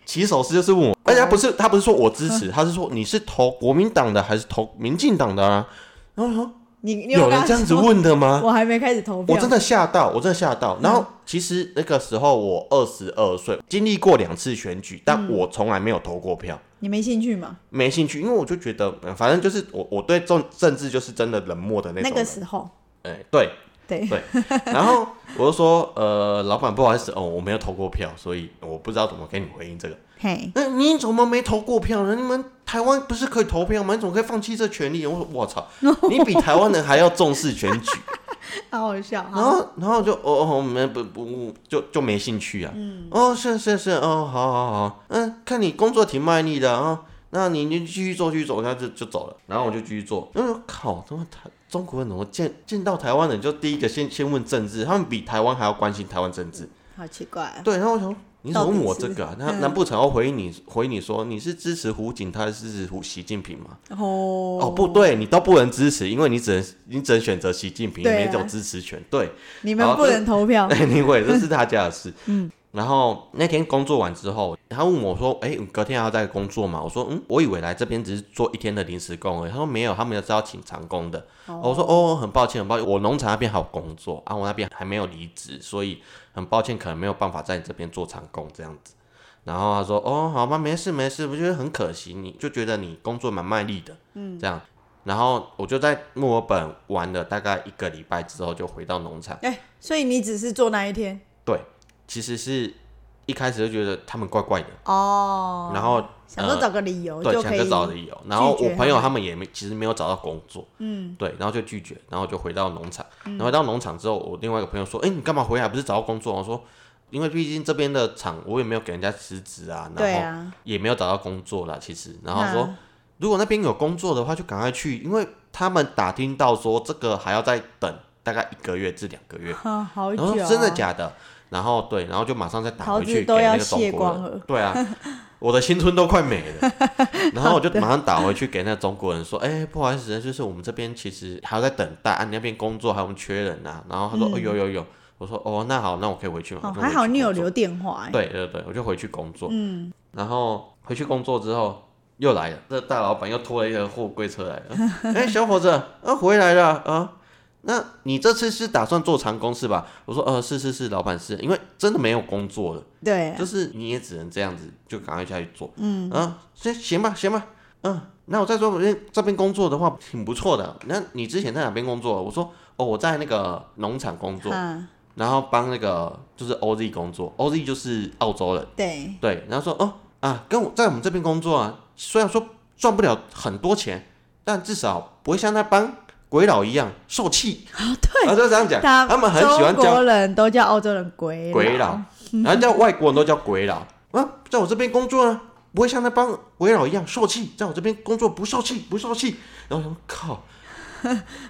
[SPEAKER 3] 起手式就是问我，而且他不是他不是说我支
[SPEAKER 2] 嗯
[SPEAKER 3] 持，他是说你是投国民党的还是投民进党的啊？然后我说
[SPEAKER 2] 你你
[SPEAKER 3] 有
[SPEAKER 2] 跟
[SPEAKER 3] 人
[SPEAKER 2] 他
[SPEAKER 3] 这样子
[SPEAKER 2] 说，
[SPEAKER 3] 问的吗？
[SPEAKER 2] 我还没开始投票，
[SPEAKER 3] 我真的吓到，我真的吓
[SPEAKER 2] 嗯
[SPEAKER 3] 到。然后其实那个时候我二十二岁，经历过两次选举，
[SPEAKER 2] 嗯
[SPEAKER 3] 但我从来没有投过票，
[SPEAKER 2] 你没兴趣吗？
[SPEAKER 3] 没兴趣，因为我就觉得，呃反正就是我我对政政治就是真的冷漠的那
[SPEAKER 2] 那
[SPEAKER 3] 种
[SPEAKER 2] 个
[SPEAKER 3] 人。
[SPEAKER 2] 时候，
[SPEAKER 3] 哎、对。
[SPEAKER 2] 对，
[SPEAKER 3] 对， 然后我就说，呃，老板不好意思，哦，我没有投过票，所以我不知道怎么给你回应这个。
[SPEAKER 2] 嘿，
[SPEAKER 3] 那、你怎么没投过票呢？你们台湾不是可以投票吗？你怎么可以放弃这权利？我说，我操，你比台湾人还要重视选举。
[SPEAKER 2] 好好笑，
[SPEAKER 3] 然
[SPEAKER 2] 好，
[SPEAKER 3] 后然后就哦哦没不不就就没兴趣啊。
[SPEAKER 2] 嗯
[SPEAKER 3] 哦是是是哦好好好，嗯，看你工作挺卖力的啊、那你你继续做继续做，他就就走了。然后我就继续做，
[SPEAKER 2] 嗯
[SPEAKER 3] 然后我靠，他妈台中国人怎么见见到台湾人就第一个先先问政治，他们比台湾还要关心台湾政治。
[SPEAKER 2] 好奇怪啊，
[SPEAKER 3] 对，然后我想说。你怎么问我
[SPEAKER 2] 到底
[SPEAKER 3] 这
[SPEAKER 2] 是嗯
[SPEAKER 3] 个啊？那难不成要回应你回你说你是支持胡锦涛还是支持胡习近平吗？
[SPEAKER 2] 哦
[SPEAKER 3] 哦，不，对，你都不能支持，因为你只能你只能选择习近平，你
[SPEAKER 2] 对啊
[SPEAKER 3] 没有支持权。对，
[SPEAKER 2] 你们
[SPEAKER 3] 好
[SPEAKER 2] 不能投票，
[SPEAKER 3] anyway，这是他家的事。 嗯。然后那天工作完之后，他问我说：“哎、你隔天还要再工作吗？”我说：“嗯，我以为来这边只是做一天的临时工而已。”他说：“没有，他们是要请长工的。我说：“哦，很抱歉，很抱歉，我农场那边还有工作啊，我那边还没有离职，所以很抱歉，可能没有办法在你这边做长工这样子。”然后他说：“哦，好吧，没事没事，我觉得很可惜，你就觉得你工作蛮卖力的，嗯，这样。”然后我就在墨尔本玩了大概一个礼拜之后，就回到农场。
[SPEAKER 2] 哎，所以你只是做那一天
[SPEAKER 3] 对，其实是一开始就觉得他们怪怪的，
[SPEAKER 2] 哦，
[SPEAKER 3] 然后
[SPEAKER 2] 想说
[SPEAKER 3] 呃
[SPEAKER 2] 找个理由
[SPEAKER 3] 对
[SPEAKER 2] 就
[SPEAKER 3] 想
[SPEAKER 2] 可
[SPEAKER 3] 着
[SPEAKER 2] 以，
[SPEAKER 3] 找理由，然后
[SPEAKER 2] 拒绝
[SPEAKER 3] 我朋友他们也没其实没有找到工作，嗯，对，然后就拒绝，然后就回到农场，
[SPEAKER 2] 嗯
[SPEAKER 3] 然后回到农场之后，我另外一个朋友说，哎、你干嘛回来？不是找到工作？我说，因为毕竟这边的厂我也没有给人家辞职啊，
[SPEAKER 2] 对
[SPEAKER 3] 然后
[SPEAKER 2] 啊，嗯
[SPEAKER 3] 也没有找到工作啦，其实，然后说。
[SPEAKER 2] 那
[SPEAKER 3] 如果那边有工作的话，就赶快去，因为他们打听到说这个还要再等大概一个月至两个月，
[SPEAKER 2] 啊，好
[SPEAKER 3] 然后
[SPEAKER 2] 久
[SPEAKER 3] 说
[SPEAKER 2] 哦，
[SPEAKER 3] 真的假的？然后对，然后就马上再打
[SPEAKER 2] 桃
[SPEAKER 3] 回
[SPEAKER 2] 子
[SPEAKER 3] 去给
[SPEAKER 2] 都要
[SPEAKER 3] 那个中
[SPEAKER 2] 谢
[SPEAKER 3] 国
[SPEAKER 2] 光
[SPEAKER 3] 人
[SPEAKER 2] 了。
[SPEAKER 3] 对啊，我的青春都快没 了。然后我就马上打回去给那中国人说：“哎、不好意思，就是我们这边其实还要在等待，啊，你那边工作还有我们缺人啊。”然后他说：“哦，有有有。”我说：“哦，那好，那我可以回去吗？”
[SPEAKER 2] 哦，
[SPEAKER 3] 我就
[SPEAKER 2] 还
[SPEAKER 3] 回
[SPEAKER 2] 好
[SPEAKER 3] 去
[SPEAKER 2] 你有
[SPEAKER 3] 工作
[SPEAKER 2] 留电话哎、
[SPEAKER 3] 对对对，我就回去工作。嗯，然后回去工作之后又来了，这大老板又拖了一个货柜车来了。 哎、小伙子，啊，回来了啊。那你这次是打算做长工是吧？我说，呃，是是是，老板是，因为真的没有工作了，
[SPEAKER 2] 对啊，
[SPEAKER 3] 就是你也只能这样子，就赶快下去做。嗯啊，行行吧，行吧，嗯，那我再说，因为这边工作的话挺不错的。那你之前在哪边工作？我说，哦，我在那个农场工作，
[SPEAKER 2] 啊，
[SPEAKER 3] 然后帮那个就是 OZ 工作，OZ 就是澳洲人。
[SPEAKER 2] 对，
[SPEAKER 3] 对，然后说哦啊，跟我在我们这边工作啊，虽然说赚不了很多钱，但至少不会像那帮鬼佬一样受气。
[SPEAKER 2] 啊对
[SPEAKER 3] 然后就这样讲，
[SPEAKER 2] 他
[SPEAKER 3] 他们很喜欢
[SPEAKER 2] 中国
[SPEAKER 3] 叫
[SPEAKER 2] 人都叫澳洲人鬼
[SPEAKER 3] 鬼佬，然后叫外国人都叫鬼佬啊，在我这边工作呢，啊不会像那帮鬼佬一样受气，在我这边工作不受气，不受气。然后我想说靠，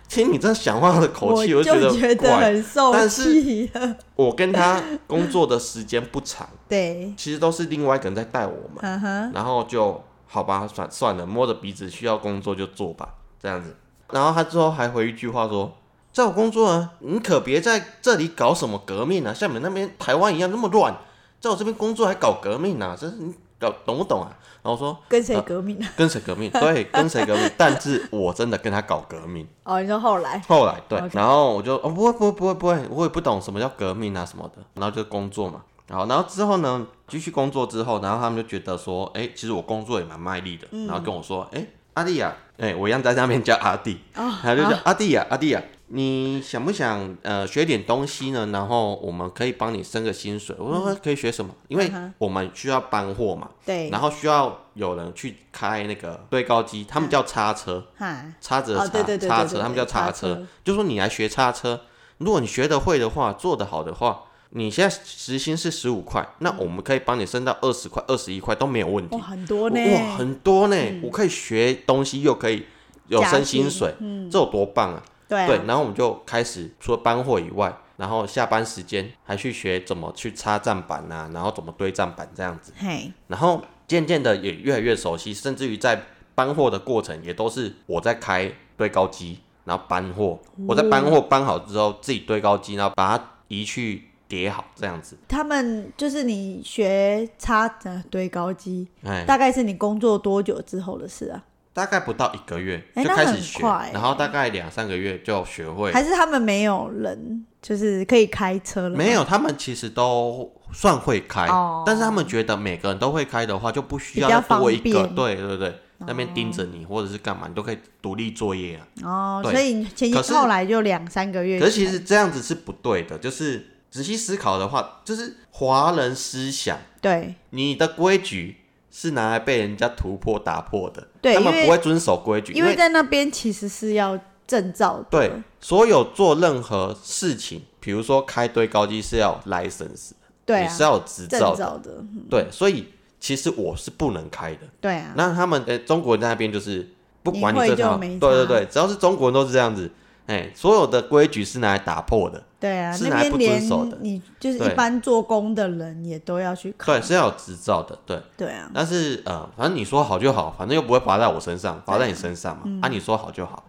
[SPEAKER 3] 听你这样讲话的口
[SPEAKER 2] 我
[SPEAKER 3] 气，
[SPEAKER 2] 就
[SPEAKER 3] 觉得
[SPEAKER 2] 觉得
[SPEAKER 3] 怪。
[SPEAKER 2] 很受
[SPEAKER 3] 但是
[SPEAKER 2] 气。
[SPEAKER 3] 我跟他工作的时间不长，
[SPEAKER 2] 对，
[SPEAKER 3] 其实都是另外一个人在带我们，
[SPEAKER 2] 嗯哼，
[SPEAKER 3] 然后就好吧，算算了，摸着鼻子，需要工作就做吧，这样子。然后他之后还回一句话说：“在我工作啊，你可别在这里搞什么革命啊，像你们那边台湾一样那么乱，在我这边工作还搞革命啊，真是你搞懂不懂啊？”然后我说
[SPEAKER 2] 跟谁革命啊？：“
[SPEAKER 3] 跟谁革命？对，跟谁革命？但是我真的跟他搞革命。”
[SPEAKER 2] 哦，你说后来，
[SPEAKER 3] 后来对
[SPEAKER 2] OK
[SPEAKER 3] 然后我就哦不会不会不会不会，我也不懂什么叫革命啊什么的，然后就工作嘛，然后然后之后呢，继续工作之后，然后他们就觉得说，哎，其实我工作也蛮卖力的，
[SPEAKER 2] 嗯
[SPEAKER 3] 然后跟我说，哎，阿弟呀、哎，我一样在那边叫阿弟，
[SPEAKER 2] 哦
[SPEAKER 3] 他就叫阿弟呀、啊阿弟呀、你想不想呃学点东西呢？然后我们可以帮你升个薪水。我说可以学什么？因为
[SPEAKER 2] 嗯哼
[SPEAKER 3] 我们需要搬货嘛，
[SPEAKER 2] 对
[SPEAKER 3] 然，后需要有人去开那个堆高机，他
[SPEAKER 2] 嗯
[SPEAKER 3] 们叫叉车。
[SPEAKER 2] 哈，
[SPEAKER 3] 叉子的叉、
[SPEAKER 2] 哦对对对
[SPEAKER 3] 叉
[SPEAKER 2] 对对
[SPEAKER 3] 车，
[SPEAKER 2] 对
[SPEAKER 3] 他们叫
[SPEAKER 2] 叉
[SPEAKER 3] 叉
[SPEAKER 2] 车
[SPEAKER 3] 车，就说你来学叉车，如果你学得会的话，做得好的话，你现在时薪是十五块，那我们可以帮你升到二十块、二十一块都没有问题。
[SPEAKER 2] 嗯哇，很多呢，嗯
[SPEAKER 3] 哇，很多呢，我可以学东西，又可以有
[SPEAKER 2] 加
[SPEAKER 3] 升
[SPEAKER 2] 薪嗯
[SPEAKER 3] 薪水，这有多棒啊！
[SPEAKER 2] 对啊
[SPEAKER 3] 对，然后我们就开始除了搬货以外，然后下班时间还去学怎么去插站板啊，然后怎么堆站板这样子。
[SPEAKER 2] 嘿，
[SPEAKER 3] 然后渐渐的也越来越熟悉，甚至于在搬货的过程也都是我在开堆高机，然后搬货。
[SPEAKER 2] 嗯
[SPEAKER 3] 我在搬货搬好之后，自己堆高机，然后把它移去叠好这样子。
[SPEAKER 2] 他们就是你学插呃堆高机，
[SPEAKER 3] 哎，
[SPEAKER 2] 大概是你工作多久之后的事啊？
[SPEAKER 3] 大概不到一个月
[SPEAKER 2] 哎
[SPEAKER 3] 就
[SPEAKER 2] 那
[SPEAKER 3] 开始
[SPEAKER 2] 很
[SPEAKER 3] 学，
[SPEAKER 2] 快
[SPEAKER 3] 然后大概两三个月就学会。
[SPEAKER 2] 还是他们没有人，就是可以开车了？
[SPEAKER 3] 没，有，他们其实都算会开，
[SPEAKER 2] 哦
[SPEAKER 3] 但是他们觉得每个人都会开的话，就不需要
[SPEAKER 2] 比较
[SPEAKER 3] 再多一个
[SPEAKER 2] 方便，
[SPEAKER 3] 对对对，那边盯着你或者是干嘛，你都可以独立作业啊。
[SPEAKER 2] 哦，
[SPEAKER 3] 对
[SPEAKER 2] 所以前
[SPEAKER 3] 可是
[SPEAKER 2] 后来就两三个月。
[SPEAKER 3] 可是其实这样子是不对的，就是仔细思考的话，就是华人思想，
[SPEAKER 2] 对
[SPEAKER 3] 你的规矩是拿来被人家突破打破的，
[SPEAKER 2] 对
[SPEAKER 3] 他们
[SPEAKER 2] 因为
[SPEAKER 3] 不会遵守规矩，
[SPEAKER 2] 因
[SPEAKER 3] 因
[SPEAKER 2] 为在那边其实是要证照的，
[SPEAKER 3] 对所有做任何事情，比如说开堆高机是要 license，的、
[SPEAKER 2] 对
[SPEAKER 3] 你
[SPEAKER 2] 啊
[SPEAKER 3] 是，要有执
[SPEAKER 2] 证
[SPEAKER 3] 照的，
[SPEAKER 2] 照的，
[SPEAKER 3] 对，所以其实我是不能开的。
[SPEAKER 2] 对啊，
[SPEAKER 3] 那他们呃，中国人在那边就是不管
[SPEAKER 2] 你会
[SPEAKER 3] 这
[SPEAKER 2] 就
[SPEAKER 3] 套，
[SPEAKER 2] 没差
[SPEAKER 3] 对对对，只要是中国人都是这样子，哎、所有的规矩是拿来打破的。
[SPEAKER 2] 对啊，
[SPEAKER 3] 是
[SPEAKER 2] 那
[SPEAKER 3] 拿来
[SPEAKER 2] 边
[SPEAKER 3] 不遵守的
[SPEAKER 2] 连你就是一
[SPEAKER 3] 对
[SPEAKER 2] 般做工的人也都要去考
[SPEAKER 3] 对，，是要有执照的，对。
[SPEAKER 2] 对啊，
[SPEAKER 3] 但是呃，反正你说好就好，反正又不会罚在我身上，罚在你身上嘛。
[SPEAKER 2] 嗯
[SPEAKER 3] 啊，你说好就好，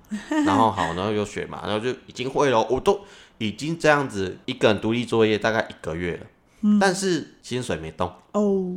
[SPEAKER 3] 然后好，然后又学嘛，然后就已经会了，我都已经这样子一个人独立作业大概一个月了，
[SPEAKER 2] 嗯
[SPEAKER 3] 但是薪水没动，
[SPEAKER 2] 哦，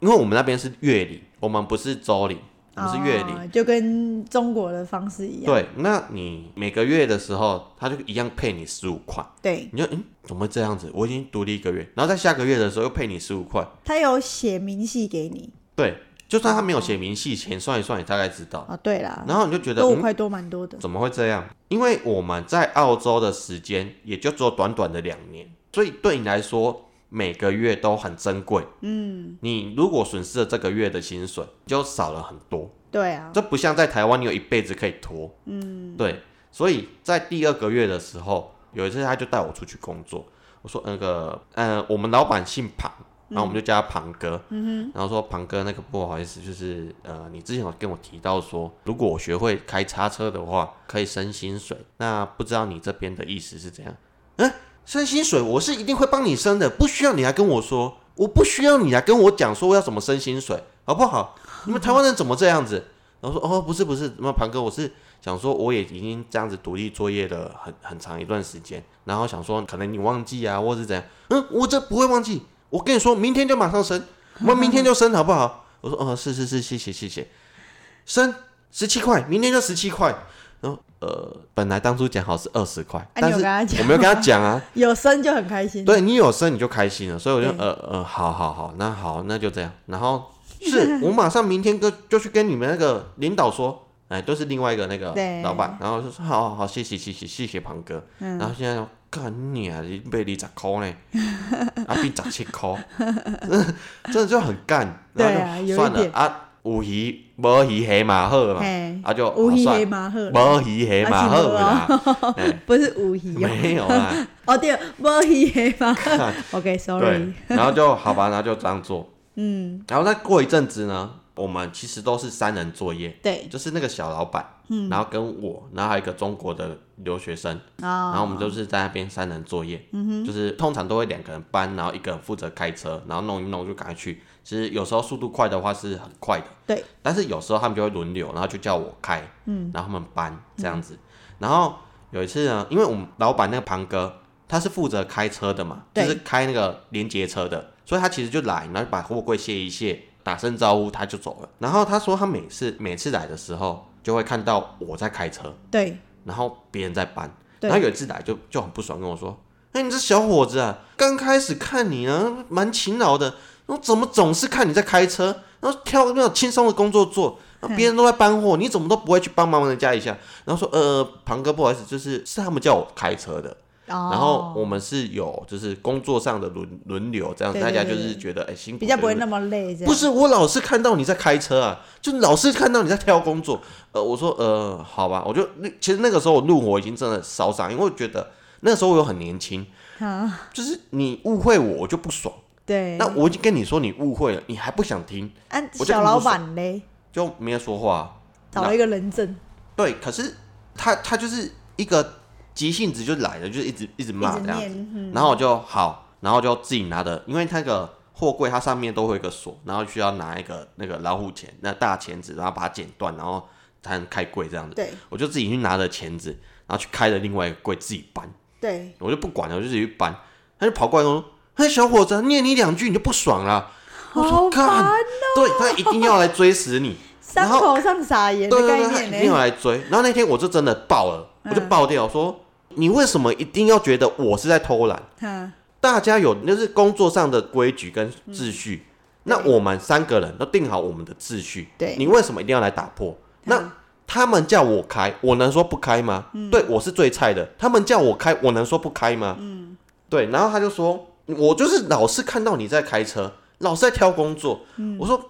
[SPEAKER 3] 因为我们那边是月领，我们不是周领，我们是月领。
[SPEAKER 2] 哦就跟中国的方式一样，
[SPEAKER 3] 对，那你每个月的时候，他就一样配你十五块，
[SPEAKER 2] 对，
[SPEAKER 3] 你就嗯，怎么会这样子？我已经独立一个月，然后在下个月的时候又配你十五块，
[SPEAKER 2] 他有写明细给你
[SPEAKER 3] 对，就算他没有写明细，钱算一算，你大概知道。
[SPEAKER 2] 哦，对啦，
[SPEAKER 3] 然后你就觉得，
[SPEAKER 2] 多五
[SPEAKER 3] 嗯，
[SPEAKER 2] 块多蛮多的，
[SPEAKER 3] 怎么会这样？因为我们在澳洲的时间也就只有短短的两年，所以对你来说每个月都很珍贵。嗯，你如果损失了这个月的薪水，就少了很多。
[SPEAKER 2] 对啊，
[SPEAKER 3] 这不像在台湾，你有一辈子可以拖。嗯，对，所以在第二个月的时候，有一次他就带我出去工作，我说那个，呃，我们老板姓庞，然后我们就叫他庞哥。嗯嗯哼，然后说庞哥，那个不好意思，就是呃，你之前有跟我提到说，如果我学会开叉车的话，可以升薪水。那不知道你这边的意思是怎样？嗯、升薪水我是一定会帮你升的，不需要你来跟我说，我不需要你来跟我讲说要怎么升薪水，好不好？你们台湾人怎么这样子？然后说哦，不是不是，那庞哥，我是想说我也已经这样子独立作业了很很长一段时间，然后想说可能你忘记啊，或是怎样？嗯，我这不会忘记，我跟你说明天就马上升，我们明天就升好不好？ 我说哦，是是是，谢谢谢谢，升十七块，明天就十七块。然后呃，本来当初讲好是二十块，
[SPEAKER 2] 啊你有
[SPEAKER 3] 但
[SPEAKER 2] 跟
[SPEAKER 3] 是
[SPEAKER 2] 他讲
[SPEAKER 3] 我没有跟他讲啊，
[SPEAKER 2] 有生就很开心，
[SPEAKER 3] 对你有生你就开心了，所以我就
[SPEAKER 2] 对
[SPEAKER 3] 呃呃，好好好，那好那就这样。然后是我马上明天跟就去跟你们那个领导说，哎，都是另外一个那个
[SPEAKER 2] 对
[SPEAKER 3] 老板，然后就说好好好，谢谢谢谢谢谢庞哥。然后现在说干你啊，你被你十块呢，啊比十七块，真的真的就很干。
[SPEAKER 2] 对
[SPEAKER 3] 然
[SPEAKER 2] 啊
[SPEAKER 3] 后
[SPEAKER 2] 有一
[SPEAKER 3] 就算了
[SPEAKER 2] 点
[SPEAKER 3] 啊，有鱼无鱼黑马好嘛
[SPEAKER 2] 嘿，
[SPEAKER 3] 啊就
[SPEAKER 2] 无鱼
[SPEAKER 3] 啊算
[SPEAKER 2] 黑马好啦
[SPEAKER 3] 无鱼黑马好啦
[SPEAKER 2] 啊是，
[SPEAKER 3] 嘿
[SPEAKER 2] 不是无鱼哦，
[SPEAKER 3] 没有啦，
[SPEAKER 2] 哦对，无鱼黑吗 ？OK，sorry，
[SPEAKER 3] 对，然后就好吧，然后就这样做， 嗯，然后再过一阵子呢，我们其实都是三人作业，
[SPEAKER 2] 对，
[SPEAKER 3] 就是那个小老板，嗯，然后跟我，然后还有一个中国的留学生，然后我
[SPEAKER 2] 啊，
[SPEAKER 3] 们就是在那边三人作业，就是通常都会两个人搬，然后一个人负责开车，然后弄一弄就赶快去。其实有时候速度快的话是很快的，
[SPEAKER 2] 对，
[SPEAKER 3] 但是有时候他们就会轮流，然后就叫我开，嗯，然后他们搬这样子。然后有一次呢，因为我们老板那个庞哥他是负责开车的嘛，就
[SPEAKER 2] 对
[SPEAKER 3] 是开那个连接车的，所以他其实就来，然后就把货柜卸一卸，打声招呼他就走了。然后他说他每次每次来的时候就会看到我在开车，
[SPEAKER 2] 对，
[SPEAKER 3] 然后别人在搬，
[SPEAKER 2] 对
[SPEAKER 3] 然后有一次来就就很不爽跟我说：“哎、你这小伙子啊，刚开始看你呢蛮勤劳的，然后怎么总是看你在开车，然后挑那种轻松的工作做，然后别人都在搬货，你怎么都不会去帮忙人家一下？”然后说：“呃，庞哥，不好意思，就是是他们叫我开车的，然
[SPEAKER 2] 然
[SPEAKER 3] 后我们是有就是工作上的轮轮流这样，
[SPEAKER 2] 对
[SPEAKER 3] 大家
[SPEAKER 2] 对
[SPEAKER 3] 就
[SPEAKER 2] 对
[SPEAKER 3] 是
[SPEAKER 2] 对
[SPEAKER 3] 觉得哎、辛苦，
[SPEAKER 2] 比较不会
[SPEAKER 3] 对对
[SPEAKER 2] 那么累，这样
[SPEAKER 3] 不是我老是看到你在开车啊，就老是看到你在挑工作。呃，我说呃，好吧，我就那其实那个时候我怒火已经真的烧上，因为我觉得那时候我又很年轻，
[SPEAKER 2] 啊，
[SPEAKER 3] 就是你误会我，我就不爽。
[SPEAKER 2] 对，
[SPEAKER 3] 那我已经跟你说你误会了，你还不想听，
[SPEAKER 2] 按
[SPEAKER 3] 我就
[SPEAKER 2] 小
[SPEAKER 3] 很不
[SPEAKER 2] 老
[SPEAKER 3] 爽
[SPEAKER 2] 板嘞，
[SPEAKER 3] 就没有说话啊、
[SPEAKER 2] 找
[SPEAKER 3] 那
[SPEAKER 2] 了一个人证，
[SPEAKER 3] 对，可是他他就是一个急性子就来了，就是一直一直
[SPEAKER 2] 一
[SPEAKER 3] 骂
[SPEAKER 2] 直
[SPEAKER 3] 这样子。
[SPEAKER 2] 念，嗯
[SPEAKER 3] 然后我就好，然后就自己拿的，因为那个货柜它上面都会有一个锁，然后需要拿一个那个老虎钳，那大钳子，然后把它剪断，然后才能开柜这样子。
[SPEAKER 2] 对
[SPEAKER 3] 我就自己去拿着钳子，然后去开了另外一个柜自己搬，
[SPEAKER 2] 对，
[SPEAKER 3] 我就不管了，我就自己去搬。他就跑过来跟我说：“嘿，小伙子，念你两句你就不爽了。”我
[SPEAKER 2] 好
[SPEAKER 3] 说：“
[SPEAKER 2] 烦
[SPEAKER 3] 看，，对他一定要来追死你。”然
[SPEAKER 2] 伤
[SPEAKER 3] 后
[SPEAKER 2] 口上撒盐
[SPEAKER 3] 对
[SPEAKER 2] 的
[SPEAKER 3] 对对，他
[SPEAKER 2] 概
[SPEAKER 3] 一定
[SPEAKER 2] 念
[SPEAKER 3] 要
[SPEAKER 2] 呢，
[SPEAKER 3] 来追。然后那天我就真的爆了，我就爆掉，说你为什么一定要觉得我是在偷懒？
[SPEAKER 2] 哈，
[SPEAKER 3] 大家有就是工作上的规矩跟秩
[SPEAKER 2] 嗯
[SPEAKER 3] 序，那我们三个人都定好我们的秩序，
[SPEAKER 2] 对
[SPEAKER 3] 你为什么一定要来打破？那他们叫我开，我能说不开吗？
[SPEAKER 2] 嗯
[SPEAKER 3] 对我是最菜的，他们叫我开，我能说不开吗？嗯，对。然后他就说，我就是老是看到你在开车，老是在挑工作。
[SPEAKER 2] 嗯
[SPEAKER 3] 我说，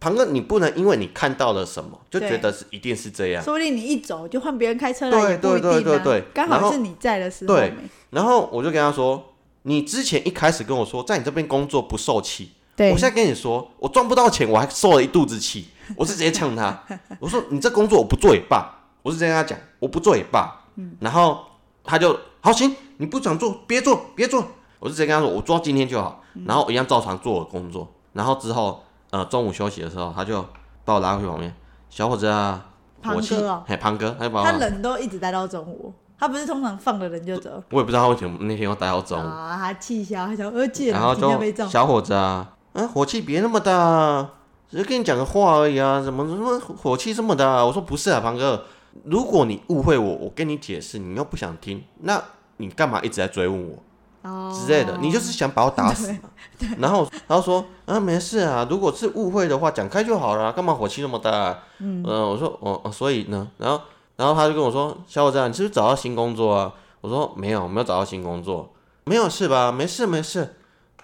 [SPEAKER 3] 庞哥，你不能因为你看到了什么就
[SPEAKER 2] 对
[SPEAKER 3] 觉得是一定是这样。
[SPEAKER 2] 说不定你一走就换别人开车
[SPEAKER 3] 对
[SPEAKER 2] 了，也不一
[SPEAKER 3] 对
[SPEAKER 2] 定
[SPEAKER 3] 对
[SPEAKER 2] 啊
[SPEAKER 3] 对对
[SPEAKER 2] 刚
[SPEAKER 3] 然
[SPEAKER 2] 好
[SPEAKER 3] 后
[SPEAKER 2] 是你在的时候
[SPEAKER 3] 对
[SPEAKER 2] 没，
[SPEAKER 3] 然后我就跟他说，你之前一开始跟我说，在你这边工作不受气。
[SPEAKER 2] 对
[SPEAKER 3] 我现在跟你说，我赚不到钱，我还受了一肚 子气，我是直接呛他，我说你这工作我不做也罢，我是直接跟他讲，我不做也罢。
[SPEAKER 2] 嗯
[SPEAKER 3] 然后他就好行，你不想做别做别做，我就直接跟他说，我做到今天就好，
[SPEAKER 2] 嗯
[SPEAKER 3] 然后一样照常做我的工作。然后之后呃中午休息的时候，他就把我拉回去旁边，小伙子啊，
[SPEAKER 2] 庞
[SPEAKER 3] 我气
[SPEAKER 2] 哥哦
[SPEAKER 3] 嘿庞哥，他就把我
[SPEAKER 2] 他人都一直待到中午，他不是通常放了人就走
[SPEAKER 3] 我也不知道他为什么那天要待到中午。
[SPEAKER 2] 啊，他气消，他想呃，借
[SPEAKER 3] 然后
[SPEAKER 2] 了，今天被
[SPEAKER 3] 就
[SPEAKER 2] 中，
[SPEAKER 3] 小伙子啊，啊，火气别那么大啊，只是跟你讲个话而已啊，怎么怎么火气这么大啊、我说不是啊，庞哥，如果你误会我，我跟你解释，你又不想听，那你干嘛一直在追问我？
[SPEAKER 2] 哦
[SPEAKER 3] 之类的，你就是想把我打死嘛。然后，然后说啊，没事啊，如果是误会的话，讲开就好了，干嘛火气那么大、啊？嗯、我说哦哦，所以呢，然后，然后他就跟我说，小伙子、啊，你是不是找到新工作啊？我说没有，没有找到新工作，没有事吧？没事没事，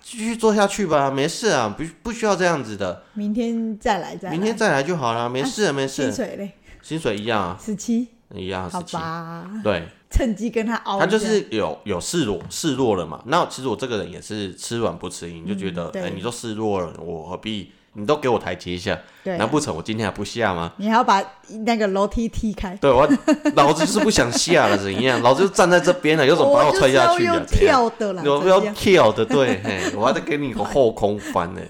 [SPEAKER 3] 继续做下去吧，没事啊，不不需要这样子的，
[SPEAKER 2] 明天再来再来，
[SPEAKER 3] 明天再来就好了，没事、啊、没
[SPEAKER 2] 薪
[SPEAKER 3] 事，
[SPEAKER 2] 水嘞
[SPEAKER 3] 薪水一样啊，
[SPEAKER 2] 十七，
[SPEAKER 3] 一样
[SPEAKER 2] 好
[SPEAKER 3] 事情，
[SPEAKER 2] 吧，
[SPEAKER 3] 对。
[SPEAKER 2] 趁机跟他熬一下，
[SPEAKER 3] 啊他就是有有示弱示弱了嘛。那其实我这个人也是吃软不吃硬，就觉得哎、
[SPEAKER 2] 嗯对
[SPEAKER 3] 你都示弱了，我何必？你都给我台阶下，
[SPEAKER 2] 对啊
[SPEAKER 3] 难，不成我今天还不下吗？
[SPEAKER 2] 你还要把那个楼梯踢开，
[SPEAKER 3] 对我老子就是不想下了，怎样？老子就站在这边了，有种把
[SPEAKER 2] 我
[SPEAKER 3] 踹下去
[SPEAKER 2] 就是要
[SPEAKER 3] 啊？
[SPEAKER 2] 用
[SPEAKER 3] 怎样？
[SPEAKER 2] 跳的啦，
[SPEAKER 3] 有
[SPEAKER 2] 这
[SPEAKER 3] 要
[SPEAKER 2] 样
[SPEAKER 3] 跳的，对，嘿，我还得给 你个后空翻呢，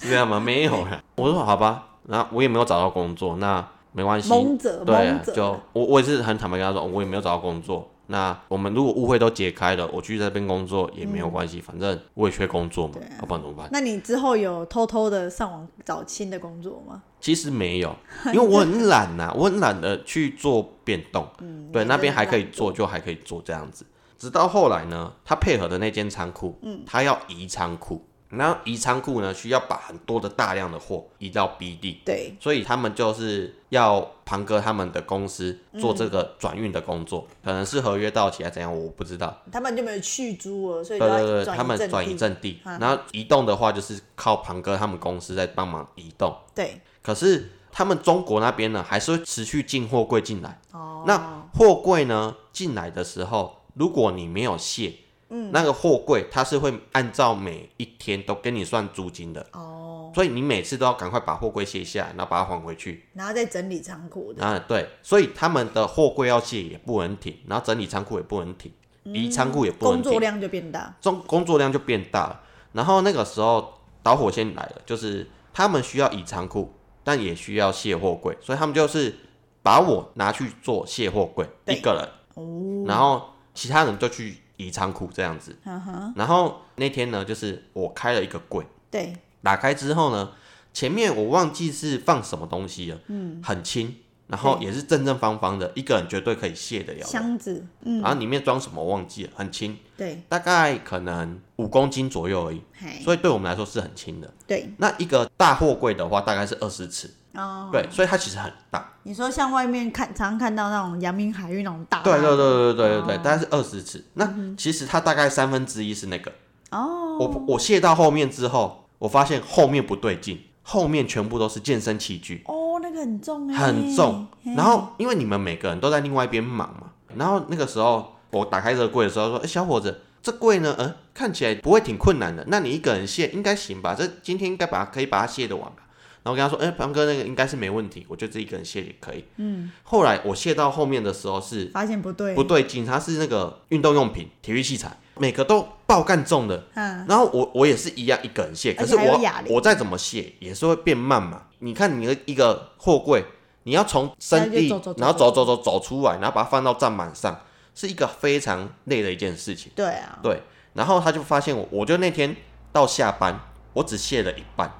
[SPEAKER 3] 是这样吗？没有啦，我说好吧，然后我也没有找到工作，那没关系，
[SPEAKER 2] 蒙着
[SPEAKER 3] 对啊
[SPEAKER 2] 蒙，着，
[SPEAKER 3] 就我我也是很坦白跟他说，我也没有找到工作。那我们如果误会都解开了，我去这边工作也没有关系，反正我也缺工作嘛，
[SPEAKER 2] 嗯对啊
[SPEAKER 3] 要不然怎么办？
[SPEAKER 2] 那你之后有偷偷的上网找新的工作吗？
[SPEAKER 3] 其实没有，因为我很懒呐、我很懒得去做变动。
[SPEAKER 2] 嗯，
[SPEAKER 3] 对，
[SPEAKER 2] 你
[SPEAKER 3] 那
[SPEAKER 2] 真
[SPEAKER 3] 边
[SPEAKER 2] 的
[SPEAKER 3] 还可以
[SPEAKER 2] 懒
[SPEAKER 3] 做，就还可以做这样子。直到后来呢，他配合的那间仓库，嗯，他要移仓库，然后移仓库呢，需要把很多的大量的货移到 B 地，
[SPEAKER 2] 对
[SPEAKER 3] 所以他们就是要庞哥他们的公司做这个转运的工
[SPEAKER 2] 嗯
[SPEAKER 3] 作，可能是合约到期还是怎样，我不知道。
[SPEAKER 2] 他们就没有续租了，所以
[SPEAKER 3] 对
[SPEAKER 2] 就要
[SPEAKER 3] 对对，他们
[SPEAKER 2] 阵
[SPEAKER 3] 转移
[SPEAKER 2] 地
[SPEAKER 3] 阵地，
[SPEAKER 2] 嗯
[SPEAKER 3] 然后移动的话就是靠庞哥他们公司在帮忙移动。
[SPEAKER 2] 对
[SPEAKER 3] 可是他们中国那边呢还是会持续进货柜进来。
[SPEAKER 2] 哦，
[SPEAKER 3] 那货柜呢进来的时候，如果你没有卸，嗯，那个货柜它是会按照每一天都跟你算租金的，
[SPEAKER 2] 哦，
[SPEAKER 3] 所以你每次都要赶快把货柜卸下来，然后把它还回去。
[SPEAKER 2] 然后再整理仓库的，
[SPEAKER 3] 啊，对，所以他们的货柜要卸也不能停，然后整理仓库也不能停，离仓库也不
[SPEAKER 2] 嗯工
[SPEAKER 3] 能
[SPEAKER 2] 作
[SPEAKER 3] 停，
[SPEAKER 2] 量就变大。
[SPEAKER 3] 中工作量就变大了。然后那个时候导火线来了，就是他们需要移仓库，但也需要卸货柜，所以他们就是把我拿去做卸货柜
[SPEAKER 2] 对
[SPEAKER 3] 一个人，然后其他人就去移仓库这样子。
[SPEAKER 2] 哦嗯哼，
[SPEAKER 3] 然后那天呢，就是我开了一个柜，
[SPEAKER 2] 对，
[SPEAKER 3] 打开之后呢，前面我忘记是放什么东西了，嗯，很轻，然后也是正正方方的，一个人绝对可以卸得了的，
[SPEAKER 2] 箱子，嗯，
[SPEAKER 3] 然后里面装什么我忘记了，很轻，
[SPEAKER 2] 对，
[SPEAKER 3] 大概可能五公斤左右而已，
[SPEAKER 2] 嘿，
[SPEAKER 3] 所以对我们来说是很轻的。
[SPEAKER 2] 对，
[SPEAKER 3] 那一个大货柜的话，大概是二十尺，
[SPEAKER 2] 哦，
[SPEAKER 3] 对，所以它其实很大，
[SPEAKER 2] 你说像外面看常看到那种阳明海域那种大，哦
[SPEAKER 3] 对对，对对对对对，大概是二十尺。那其实它大概三分之一是那个，
[SPEAKER 2] 哦，
[SPEAKER 3] 我我卸到后面之后，我发现后面不对劲，后面全部都是健身器具。
[SPEAKER 2] 哦，那个很重哎，
[SPEAKER 3] 很重。
[SPEAKER 2] 嘿
[SPEAKER 3] 然后因为你们每个人都在另外一边忙嘛，然后那个时候我打开这个柜的时候说：“哎、小伙子，这柜呢，呃，看起来不会挺困难的，那你一个人卸应该行吧？这今天应该把它可以把它卸得完吧？”然后跟他说：“哎、庞哥，那个应该是没问题，我就自己一个人卸也可以。”嗯。后来我卸到后面的时候是
[SPEAKER 2] 发现不对，
[SPEAKER 3] 不，对劲，它是那个运动用品、体育器材，每个都爆干重的，
[SPEAKER 2] 嗯，
[SPEAKER 3] 然后我我也是一样一个人卸，可
[SPEAKER 2] 而且
[SPEAKER 3] 是
[SPEAKER 2] 还有
[SPEAKER 3] 我
[SPEAKER 2] 哑铃
[SPEAKER 3] 我再怎么卸也是会变慢嘛。你看你的一个货柜，你要从山地
[SPEAKER 2] 然后就走走，走
[SPEAKER 3] 然后走走走走出来，然后把它放到站板上，是一个非常累的一件事情。
[SPEAKER 2] 对啊，
[SPEAKER 3] 对，然后他就发现我，我就那天到下班，我只卸了一半。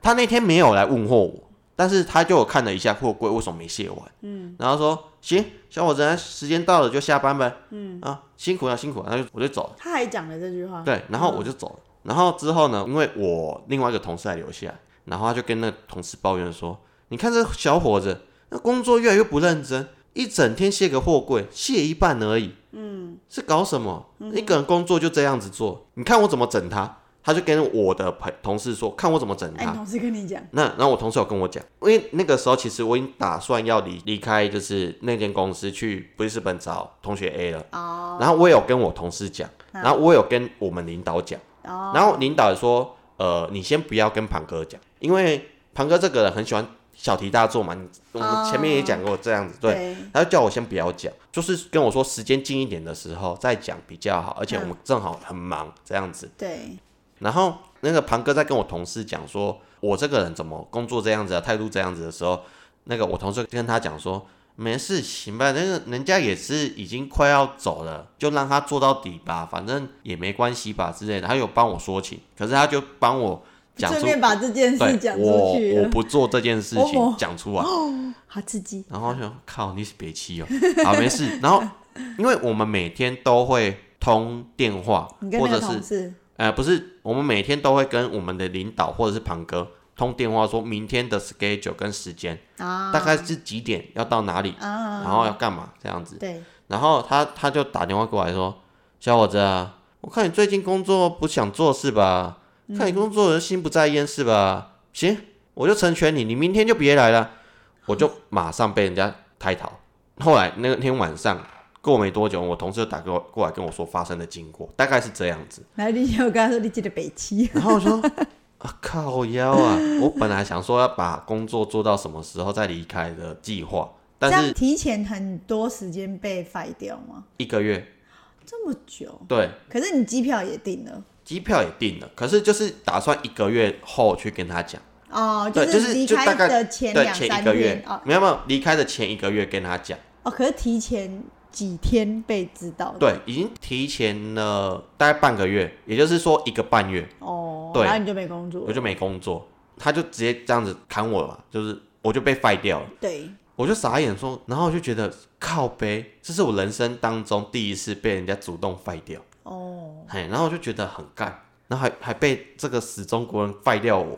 [SPEAKER 3] 他那天没有来问候我，但是他就有看了一下货柜为什么没卸完，嗯，然后说行，小伙子，那时间到了就下班呗，嗯啊，辛苦了辛苦了，然后就我就走了。
[SPEAKER 2] 他还讲了这句话，
[SPEAKER 3] 对，然后
[SPEAKER 2] 嗯
[SPEAKER 3] 我就走了。然后之后呢，因为我另外一个同事还留下来，然后他就跟那同事抱怨说：“你看这小伙子，那工作越来越不认真，一整天卸个货柜，卸一半而已，嗯，是搞什么？
[SPEAKER 2] 嗯
[SPEAKER 3] 一个人工作就这样子做，你看我怎么整他。”他就跟我的朋同事说：“看我怎么整
[SPEAKER 2] 哎，
[SPEAKER 3] 他。
[SPEAKER 2] 你同事跟你讲，
[SPEAKER 3] 那然后我同事有跟我讲，因为那个时候其实我已经打算要离离开，就是那间公司去布里斯本找同学 A 了。
[SPEAKER 2] 哦，
[SPEAKER 3] 然后我有跟我同事讲，
[SPEAKER 2] 嗯
[SPEAKER 3] 然后我有跟我们领导讲。
[SPEAKER 2] 哦，
[SPEAKER 3] 然后领导也说，呃，你先不要跟庞哥讲，因为庞哥这个人很喜欢小题大做嘛。你我们前面也讲过这样子，对。
[SPEAKER 2] 对，
[SPEAKER 3] 他就叫我先不要讲，就是跟我说时间近一点的时候再讲比较好，而且我们正好很忙这样子。
[SPEAKER 2] 对，
[SPEAKER 3] 然后那个庞哥在跟我同事讲说，我这个人怎么工作这样子啊，态度这样子的时候，那个我同事跟他讲说，没事，行吧，那个人家也是已经快要走了，就让他做到底吧，反正也没关系吧之类的。他有帮我说情，可是他就帮我讲
[SPEAKER 2] 顺
[SPEAKER 3] 出，
[SPEAKER 2] 便把这件事
[SPEAKER 3] 对
[SPEAKER 2] 讲出
[SPEAKER 3] 我
[SPEAKER 2] 去
[SPEAKER 3] 我
[SPEAKER 2] 了，
[SPEAKER 3] 不做这件事
[SPEAKER 2] 哦
[SPEAKER 3] 情讲出来，
[SPEAKER 2] 好刺激，
[SPEAKER 3] 然后我想靠你是别气哦，好没事。然后因为我们每天都会通电话
[SPEAKER 2] 你跟
[SPEAKER 3] 或
[SPEAKER 2] 那
[SPEAKER 3] 者
[SPEAKER 2] 个
[SPEAKER 3] 是
[SPEAKER 2] 同事，
[SPEAKER 3] 呃，不是，我们每天都会跟我们的领导或者是庞哥通电话，说明天的 schedule 跟时间，
[SPEAKER 2] 啊，
[SPEAKER 3] 大概是几点要到哪里，
[SPEAKER 2] 啊，
[SPEAKER 3] 然后要干嘛这样子。
[SPEAKER 2] 对，
[SPEAKER 3] 然后他他就打电话过来说：“小伙子啊，我看你最近工作不想做是吧？看你工作人心不在焉是吧？行，我就成全你，你明天就别来了。”我就马上被人家开逃。后来那天晚上过没多久，我同事就打过过来跟我说发生的经过，大概是这样子。
[SPEAKER 2] 然后你就跟他说你记得北七，
[SPEAKER 3] 然后我说 啊靠腰啊！我本来想说要把工作做到什么时候再离开的计划，
[SPEAKER 2] 这
[SPEAKER 3] 但
[SPEAKER 2] 样
[SPEAKER 3] 是
[SPEAKER 2] 提前很多时间被 f 掉吗？
[SPEAKER 3] 一个月
[SPEAKER 2] 这么久，
[SPEAKER 3] 对
[SPEAKER 2] 可是你机票也订了。
[SPEAKER 3] 机票也订了，可是就是打算一个月后去跟他讲，
[SPEAKER 2] 哦，
[SPEAKER 3] 对，就是
[SPEAKER 2] 离
[SPEAKER 3] 就
[SPEAKER 2] 开
[SPEAKER 3] 大概
[SPEAKER 2] 的前
[SPEAKER 3] 对
[SPEAKER 2] 两
[SPEAKER 3] 前
[SPEAKER 2] 三
[SPEAKER 3] 一个月
[SPEAKER 2] 天哦，
[SPEAKER 3] 没有没有离开的前一个月跟他讲，
[SPEAKER 2] 哦，可是提前几天被知道的，
[SPEAKER 3] 对，已经提前了大概半个月，也就是说一个半月，
[SPEAKER 2] 哦，
[SPEAKER 3] 对
[SPEAKER 2] 然后你就没工作
[SPEAKER 3] 我，就没工作，他就直接这样子砍我了嘛，就是我就被 fire 掉了。
[SPEAKER 2] 对，
[SPEAKER 3] 我就傻眼说，然后我就觉得靠背，这是我人生当中第一次被人家主动废掉，
[SPEAKER 2] 哦，
[SPEAKER 3] 嘿，然后我就觉得很干，然后还还被这个死中国人废掉我，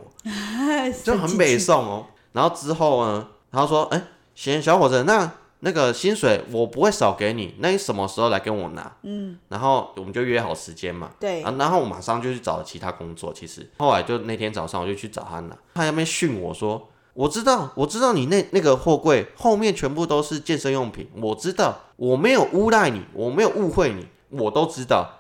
[SPEAKER 3] 就很
[SPEAKER 2] 北
[SPEAKER 3] 北宋哦。然后之后呢，然后说，哎、行，小伙子，那那个薪水我不会少给你，那你什么时候来跟我拿？嗯，然后我们就约好时间嘛。
[SPEAKER 2] 对
[SPEAKER 3] 啊，然后我马上就去找了其他工作。其实后来就那天早上我就去找他拿，他在那边训我说。我知道，我知道你那那个货柜后面全部都是健身用品，我知道，我没有诬赖你，我没有误会你，我都知道。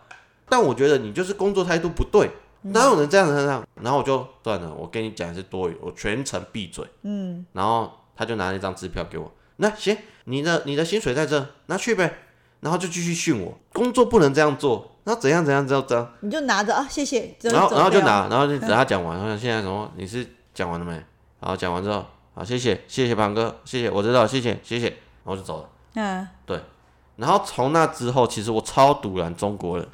[SPEAKER 3] 但我觉得你就是工作态度不对，哪有人这样子上？然后我就算了，我跟你讲是多余，我全程闭嘴。嗯，然后他就拿那张支票给我，那行，你的你的薪水在这，拿去呗。然后就继续训我，工作不能这样做，那怎样怎样怎样怎样。
[SPEAKER 2] 你就拿着啊，谢谢。
[SPEAKER 3] 然后然后就
[SPEAKER 2] 走掉，
[SPEAKER 3] 拿，然 后就等他讲完，然后现在什么？你是讲完了没？然后讲完之后，好，谢谢谢谢庞哥，谢谢，我知道，谢谢谢谢，然后就走了。
[SPEAKER 2] 嗯，
[SPEAKER 3] 然后从那之后，其实我超堵拦中国人，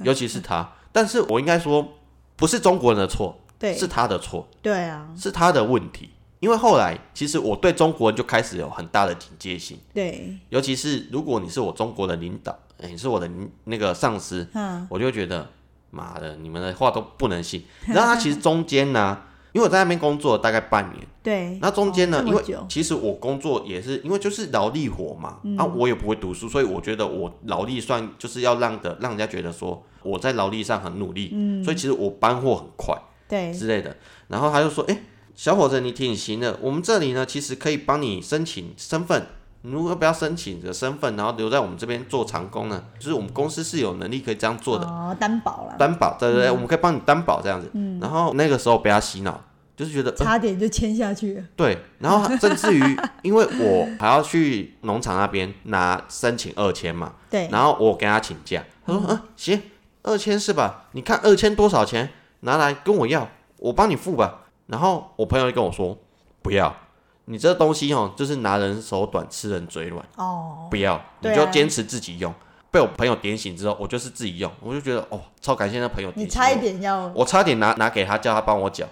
[SPEAKER 3] 尤其是他，但是我应该说不是中国人的错，
[SPEAKER 2] 对，
[SPEAKER 3] 是他的错，
[SPEAKER 2] 对啊，
[SPEAKER 3] 是他的问题。因为后来其实我对中国人就开始有很大的警戒心，
[SPEAKER 2] 对，
[SPEAKER 3] 尤其是如果你是我中国的领导，哎你是我的领那个上司，
[SPEAKER 2] 嗯，
[SPEAKER 3] 我就会觉得妈的，你们的话都不能信。然后他其实中间呢、因为我在那边工作了大概半年，
[SPEAKER 2] 对。
[SPEAKER 3] 那中间呢，
[SPEAKER 2] 哦这
[SPEAKER 3] 因
[SPEAKER 2] 么
[SPEAKER 3] 为
[SPEAKER 2] 久，嗯
[SPEAKER 3] 其实我工作也是因为就是劳力活嘛，啊，我也不会读书，所以我觉得我劳力算就是要让的让人家觉得说我在劳力上很努力，
[SPEAKER 2] 嗯
[SPEAKER 3] 所以其实我搬货很快
[SPEAKER 2] 对，
[SPEAKER 3] 之类的。然后他就说，哎、小伙子，你挺行的，我们这里呢其实可以帮你申请身份。你如果要不要申请你的身份，然后留在我们这边做长工呢？就是我们公司是有能力可以这样做的，
[SPEAKER 2] 哦，担保啦，
[SPEAKER 3] 担保，对对对，我们可以帮你担保这样子。然后那个时候被他洗脑，就是觉得、呃
[SPEAKER 2] 嗯差点就签下去了。
[SPEAKER 3] 对，然后甚至于，因为我还要去农场那边拿申请二签嘛，
[SPEAKER 2] 对，
[SPEAKER 3] 然后我跟他请假，他说：“嗯，行，二千是吧？你看二千多少钱，拿来跟我要，我帮你付吧。”然后我朋友就跟我说：“不要，你这东西哦，就是拿人手短，吃人嘴软，
[SPEAKER 2] 哦，
[SPEAKER 3] 不要，你
[SPEAKER 2] 对
[SPEAKER 3] 就
[SPEAKER 2] 啊
[SPEAKER 3] 坚持自己用。”被我朋友点醒之后，我就是自己用，我就觉得哦，超感谢那朋友点
[SPEAKER 2] 你
[SPEAKER 3] 醒
[SPEAKER 2] 差一
[SPEAKER 3] 我，
[SPEAKER 2] 点要，
[SPEAKER 3] 我差点拿拿给他，叫他帮我缴。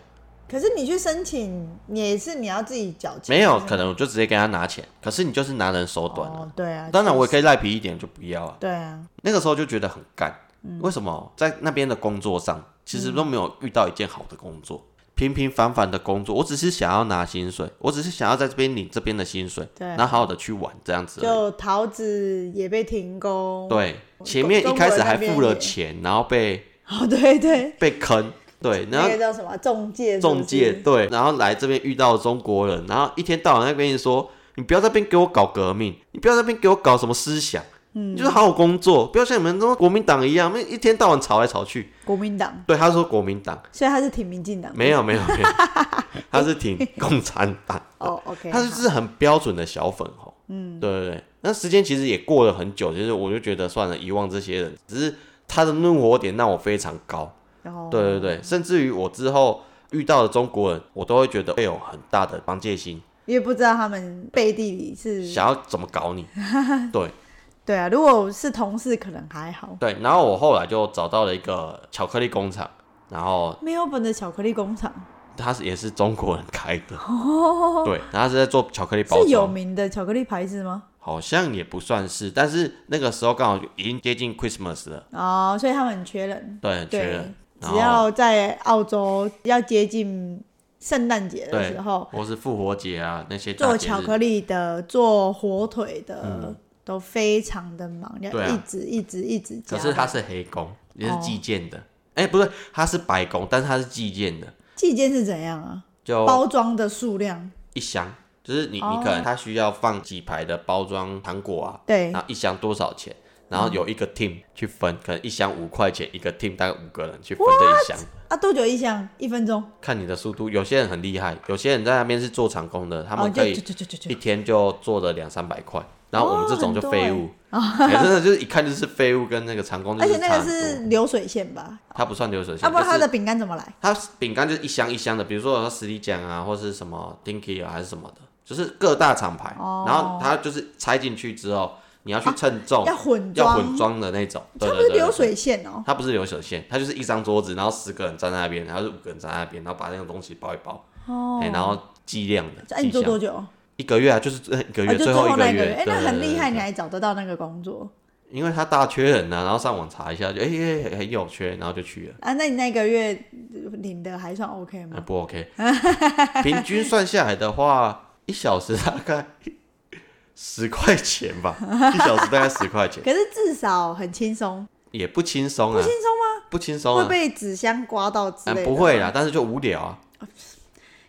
[SPEAKER 2] 可是你去申请也是你要自己缴钱，
[SPEAKER 3] 没有，
[SPEAKER 2] 是吗
[SPEAKER 3] 可能我就直接跟他拿钱。可是你就是拿人手短了、
[SPEAKER 2] 哦，对啊，
[SPEAKER 3] 当然，我也
[SPEAKER 2] 以，
[SPEAKER 3] 可以赖皮一点，就不要啊。
[SPEAKER 2] 对啊，
[SPEAKER 3] 那个时候就觉得很干，
[SPEAKER 2] 嗯
[SPEAKER 3] 为什么在那边的工作上，其实都没有遇到一件好的工作，平平凡凡的工作。我只是想要拿薪水，我只是想要在这边领这边的薪水，
[SPEAKER 2] 对啊
[SPEAKER 3] 然后好好的去玩这样子而已。
[SPEAKER 2] 就桃子也被停工，，
[SPEAKER 3] 对，
[SPEAKER 2] 中
[SPEAKER 3] 前面一开始还
[SPEAKER 2] 中国那边
[SPEAKER 3] 付了
[SPEAKER 2] 也
[SPEAKER 3] 钱，然后被
[SPEAKER 2] 哦，对对，
[SPEAKER 3] 被坑，对，
[SPEAKER 2] 那
[SPEAKER 3] 然后
[SPEAKER 2] 个叫什么中介是不是，
[SPEAKER 3] 中介对，然后来这边遇到中国人，然后一天到晚在跟你说，你不要在那边给我搞革命，你不要在那边给我搞什么思想，你就是好好工作，不要像你们那种国民党一样，那一天到晚吵来吵去。
[SPEAKER 2] 国民党，
[SPEAKER 3] 对，他说国民党
[SPEAKER 2] 所以他是挺民进党的，
[SPEAKER 3] 没有没有没有，他是挺共产党，
[SPEAKER 2] 哦，OK，
[SPEAKER 3] 他就是很标准的小粉红。嗯，对对对。那时间其实也过了很久，其实我就觉得算了，遗忘这些人，只是他的怒火点让我非常高。
[SPEAKER 2] 然后
[SPEAKER 3] 对对对，甚至于我之后遇到的中国人，我都会觉得会有很大的帮戒心，
[SPEAKER 2] 因为不知道他们背地里是，
[SPEAKER 3] 想要怎么搞 你。对
[SPEAKER 2] 对啊，如果是同事可能还好。
[SPEAKER 3] 对，然后我后来就找到了一个巧克力工厂，然后
[SPEAKER 2] 没有本的巧克力工厂
[SPEAKER 3] 它是也是中国人开的，对，然后它是在做巧克力包
[SPEAKER 2] 哦是有
[SPEAKER 3] 装，
[SPEAKER 2] 名的巧克力牌子吗？
[SPEAKER 3] 好像也不算是，但是那个时候刚好就已经接近 Christmas 了，
[SPEAKER 2] 哦，所以他们很缺人。
[SPEAKER 3] 对，很缺
[SPEAKER 2] 对
[SPEAKER 3] 人，，
[SPEAKER 2] 只
[SPEAKER 3] 然后
[SPEAKER 2] 要在澳洲要接近圣诞节的
[SPEAKER 3] 对
[SPEAKER 2] 时候，
[SPEAKER 3] 或是复活节啊那些大
[SPEAKER 2] 做
[SPEAKER 3] 节
[SPEAKER 2] 巧
[SPEAKER 3] 日
[SPEAKER 2] 克力的、做火腿的、都非常的忙，要
[SPEAKER 3] 嗯对啊
[SPEAKER 2] 一直一直一直加
[SPEAKER 3] 可
[SPEAKER 2] 班。
[SPEAKER 3] 是它是黑工，也是
[SPEAKER 2] 哦
[SPEAKER 3] 计件的，哎、不对，它是白工，但是它是计件的，
[SPEAKER 2] 寄件是怎样啊？
[SPEAKER 3] 就
[SPEAKER 2] 包装的数量，
[SPEAKER 3] 一箱，就是你
[SPEAKER 2] 哦
[SPEAKER 3] 你可能它需要放几排的包装糖果啊，
[SPEAKER 2] 对
[SPEAKER 3] 然后一箱多少钱，然后有一个 team 去分，可能一箱五块钱，一个 team 大概五个人去分这一箱，
[SPEAKER 2] 啊，多久一箱？一分钟？
[SPEAKER 3] 看你的速度。有些人很厉害，有些人在那边是做长工的，他
[SPEAKER 2] 哦，
[SPEAKER 3] 们
[SPEAKER 2] 就
[SPEAKER 3] 可
[SPEAKER 2] 就
[SPEAKER 3] 以
[SPEAKER 2] 就就就
[SPEAKER 3] 一
[SPEAKER 2] 就
[SPEAKER 3] 天就做了两三百块，然后我们这种就
[SPEAKER 2] 哦很多
[SPEAKER 3] 废物，哎真的就是一看就是废物，跟那个长工就
[SPEAKER 2] 而且
[SPEAKER 3] 差
[SPEAKER 2] 那个
[SPEAKER 3] 很
[SPEAKER 2] 是
[SPEAKER 3] 多。
[SPEAKER 2] 流水线吧？
[SPEAKER 3] 它不算流水线，
[SPEAKER 2] 啊，不然
[SPEAKER 3] 就
[SPEAKER 2] 它
[SPEAKER 3] 嗯是
[SPEAKER 2] 的饼干怎么来？
[SPEAKER 3] 它饼干就是一箱一箱的，比如说有士力酱啊，或是什么 Dinky 啊，还是什么的，就是各大厂牌。
[SPEAKER 2] 哦啊
[SPEAKER 3] 然后它就是拆进去之后，你要去称重，
[SPEAKER 2] 要混
[SPEAKER 3] 哦要
[SPEAKER 2] 装，
[SPEAKER 3] 混装的那种。对
[SPEAKER 2] 它
[SPEAKER 3] 对
[SPEAKER 2] 不是
[SPEAKER 3] 对
[SPEAKER 2] 流
[SPEAKER 3] 对
[SPEAKER 2] 水线哦。
[SPEAKER 3] 它不是流水线，它就是一张桌子，然后十个人站在那边，然后是五个人站在那边，然后把那个东西包一包，
[SPEAKER 2] 哦
[SPEAKER 3] 哎、，然后计量的。
[SPEAKER 2] 哎，你做
[SPEAKER 3] 计箱
[SPEAKER 2] 多久？
[SPEAKER 3] 一个月啊，就是呃一个
[SPEAKER 2] 啊
[SPEAKER 3] 月，
[SPEAKER 2] 就
[SPEAKER 3] 后一
[SPEAKER 2] 那
[SPEAKER 3] 月，
[SPEAKER 2] 哎，那
[SPEAKER 3] 对
[SPEAKER 2] 很厉害，。
[SPEAKER 3] 对
[SPEAKER 2] 你
[SPEAKER 3] 对对
[SPEAKER 2] 还找得到那个工作
[SPEAKER 3] 因为它大缺人啊，然后上网查一下，就哎、哎哎很有缺，然后就去了。
[SPEAKER 2] 啊？那你那个月领的还算 OK
[SPEAKER 3] 哎
[SPEAKER 2] 吗？
[SPEAKER 3] 不 OK，平均算下来的话，一小时大概十块钱 吧，一小时大概十块钱，
[SPEAKER 2] 可是至少很轻松，
[SPEAKER 3] 也不轻松
[SPEAKER 2] 不
[SPEAKER 3] 啊
[SPEAKER 2] 轻，松吗？
[SPEAKER 3] 不轻松
[SPEAKER 2] 会
[SPEAKER 3] 啊，
[SPEAKER 2] 被纸箱刮到之
[SPEAKER 3] 嗯
[SPEAKER 2] 类的？
[SPEAKER 3] 不会啦，但是就无聊啊，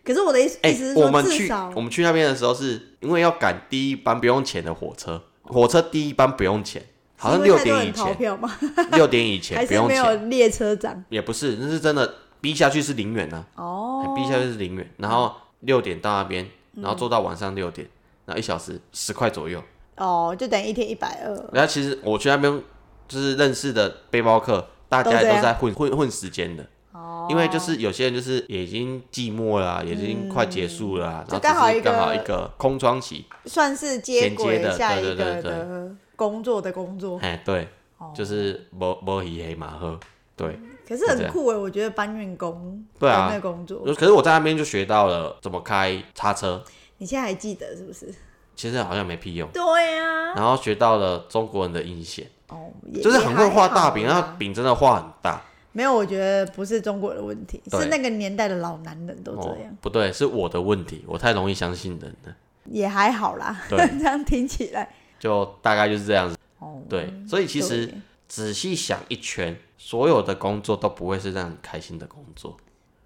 [SPEAKER 2] 可是我的意思
[SPEAKER 3] 哎、
[SPEAKER 2] 意思是
[SPEAKER 3] 我
[SPEAKER 2] 说，
[SPEAKER 3] 们
[SPEAKER 2] 至
[SPEAKER 3] 去
[SPEAKER 2] 少
[SPEAKER 3] 我们去那边的时候，是因为要赶第一班不用钱的火车，火车第一班不用钱，好像
[SPEAKER 2] 是因
[SPEAKER 3] 六
[SPEAKER 2] 为太多
[SPEAKER 3] 点以
[SPEAKER 2] 人逃
[SPEAKER 3] 前，
[SPEAKER 2] 票嘛，
[SPEAKER 3] 六点以
[SPEAKER 2] 还
[SPEAKER 3] 前不
[SPEAKER 2] 是
[SPEAKER 3] 用
[SPEAKER 2] 没有
[SPEAKER 3] 钱，
[SPEAKER 2] 列车长
[SPEAKER 3] 也不是，那是真的逼下去是零元啊，
[SPEAKER 2] 哦，
[SPEAKER 3] 逼下去是零元，然后六点到那边，然后坐到晚上六点，然后一小时十块左右。
[SPEAKER 2] 哦，就等于一天一百二，
[SPEAKER 3] 然后其实我去那边就是认识的背包客，大家
[SPEAKER 2] 都
[SPEAKER 3] 也
[SPEAKER 2] 这
[SPEAKER 3] 都
[SPEAKER 2] 样
[SPEAKER 3] 是在混混混时间的。哦，因为就是有些人就是也已经寂寞啦、也已经快结束了啊、
[SPEAKER 2] 嗯就
[SPEAKER 3] 然
[SPEAKER 2] 刚
[SPEAKER 3] 后
[SPEAKER 2] 好
[SPEAKER 3] 只是
[SPEAKER 2] 一个
[SPEAKER 3] 刚好一个空窗期，
[SPEAKER 2] 算是接轨
[SPEAKER 3] 衔接的
[SPEAKER 2] 下一
[SPEAKER 3] 对对
[SPEAKER 2] 个
[SPEAKER 3] 对对
[SPEAKER 2] 的工作的工作。
[SPEAKER 3] 哎，对，
[SPEAKER 2] 哦
[SPEAKER 3] 就是摸摸黑黑马喝，对。
[SPEAKER 2] 可是很酷哎，我觉得搬运工
[SPEAKER 3] 对啊
[SPEAKER 2] 的那个工作，
[SPEAKER 3] 可是我在那边就学到了怎么开叉车，
[SPEAKER 2] 你现在还记得是不是？
[SPEAKER 3] 其实好像没屁用。
[SPEAKER 2] 对啊，
[SPEAKER 3] 然后学到了中国人的阴险，
[SPEAKER 2] 哦，也
[SPEAKER 3] 嗯就是很会画大饼，
[SPEAKER 2] 也还好
[SPEAKER 3] 然
[SPEAKER 2] 啊
[SPEAKER 3] 后
[SPEAKER 2] 啦
[SPEAKER 3] 饼真的画很大。
[SPEAKER 2] 没有，我觉得不是中国的问题，
[SPEAKER 3] 对
[SPEAKER 2] 是那个年代的老男人都这样，
[SPEAKER 3] 哦不对，是我的问题，我太容易相信人了。
[SPEAKER 2] 也还好啦。
[SPEAKER 3] 对
[SPEAKER 2] 这样听起来，
[SPEAKER 3] 就大概就是这样子。
[SPEAKER 2] 哦，
[SPEAKER 3] 对，所以其实
[SPEAKER 2] 对
[SPEAKER 3] 仔细想一圈，所有的工作都不会是让你开心的工作。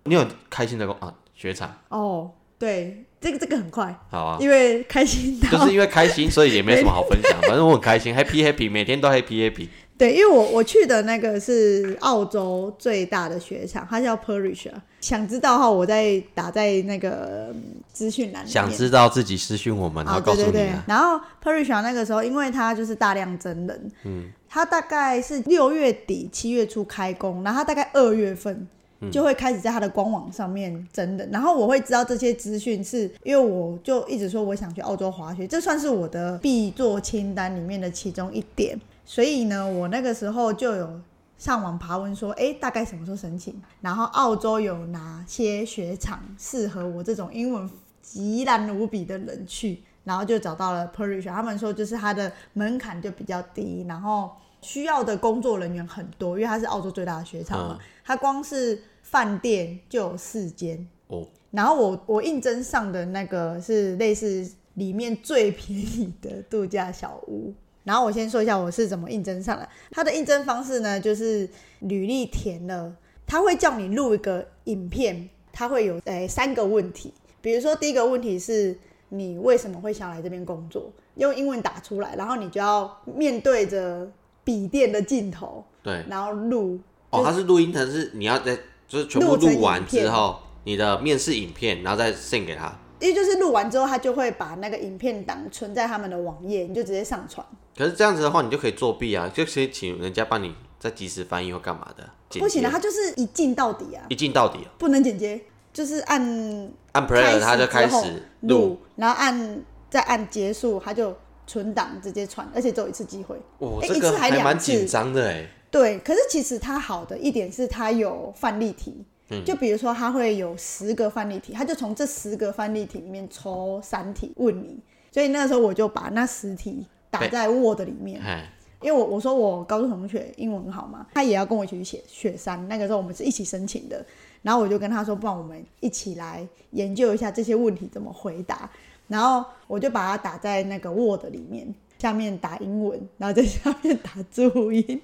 [SPEAKER 3] 你有开心的工啊？学长，
[SPEAKER 2] 哦，对，这个这个很快，
[SPEAKER 3] 好啊，
[SPEAKER 2] 因为开心到
[SPEAKER 3] 就是因为开心，所以也没什么好分享。反正我很开心，happy happy，每天都 happy happy。
[SPEAKER 2] 对，因为我我去的那个是澳洲最大的雪场，它叫 Perrish 啊。想知道的话，我再打在那个嗯资讯栏里面。
[SPEAKER 3] 想知道自己私讯我们，然
[SPEAKER 2] 啊，
[SPEAKER 3] 后告
[SPEAKER 2] 对
[SPEAKER 3] 诉
[SPEAKER 2] 对
[SPEAKER 3] 你
[SPEAKER 2] 对
[SPEAKER 3] 啊。。
[SPEAKER 2] 然后 Perrish 那个时候，因为它就是大量真人，嗯，它大概是六月底七月初开工，然后它大概二月份。
[SPEAKER 3] 嗯
[SPEAKER 2] 就会开始在它的官网上面真人，然后我会知道这些资讯，是因为我就一直说我想去澳洲滑雪，这算是我的必做清单里面的其中一点。所以呢，我那个时候就有上网爬文说，诶，大概什么时候申请？然后澳洲有哪些雪场适合我这种英文极烂无比的人去？然后就找到了 Perish，他们说就是它的门槛就比较低，然后需要的工作人员很多，因为它是澳洲最大的雪场嘛
[SPEAKER 3] 嗯，
[SPEAKER 2] 它光是饭店就有四间。
[SPEAKER 3] 哦，
[SPEAKER 2] 然后我我应征上的那个是类似里面最便宜的度假小屋。然后我先说一下我是怎么应征上的。它的应征方式呢，就是履历填了，他会叫你录一个影片，它会有诶三个问题。比如说第一个问题是你为什么会想来这边工作，用英文打出来，然后你就要面对着笔电的镜头，
[SPEAKER 3] 对，
[SPEAKER 2] 然后录
[SPEAKER 3] 哦，它是录音，它是你要在就是全部
[SPEAKER 2] 录成
[SPEAKER 3] 录完
[SPEAKER 2] 影片
[SPEAKER 3] 之后，你的面试影片，然后再 send 给他。
[SPEAKER 2] 因为就是录完之后，他就会把那个影片档存在他们的网页，你就直接上传。
[SPEAKER 3] 可是这样子的话，你就可以作弊啊，就可以请人家帮你再及时翻译或干嘛的。剪
[SPEAKER 2] 不行
[SPEAKER 3] 接
[SPEAKER 2] 啊，他就是一进到底啊，
[SPEAKER 3] 一镜到底啊，
[SPEAKER 2] 不能剪接，就是按
[SPEAKER 3] 按 player 他就开
[SPEAKER 2] 之后
[SPEAKER 3] 始录
[SPEAKER 2] 录，，然后按再按结束，他就存档直接传，而且只有一次机会。
[SPEAKER 3] 哇，
[SPEAKER 2] 哎
[SPEAKER 3] 哦这
[SPEAKER 2] 一
[SPEAKER 3] 个
[SPEAKER 2] 次还
[SPEAKER 3] 还蛮
[SPEAKER 2] 两
[SPEAKER 3] 紧
[SPEAKER 2] 次。
[SPEAKER 3] 张的哎，
[SPEAKER 2] 对，可是其实它好的一点是它有范例题，
[SPEAKER 3] 嗯
[SPEAKER 2] 就比如说它会有十个范例题，它就从这十个范例题里面抽三题问你，所以那个时候我就把那十题打
[SPEAKER 3] 对
[SPEAKER 2] 在 Word 里面，
[SPEAKER 3] 哎，
[SPEAKER 2] 因为我我说我高中同学英文很好嘛，他也要跟我一起去写雪山。那个时候我们是一起申请的，然后我就跟他说，不然我们一起来研究一下这些问题怎么回答。然后我就把它打在那个 Word 里面，下面打英文，然后在下面打注音。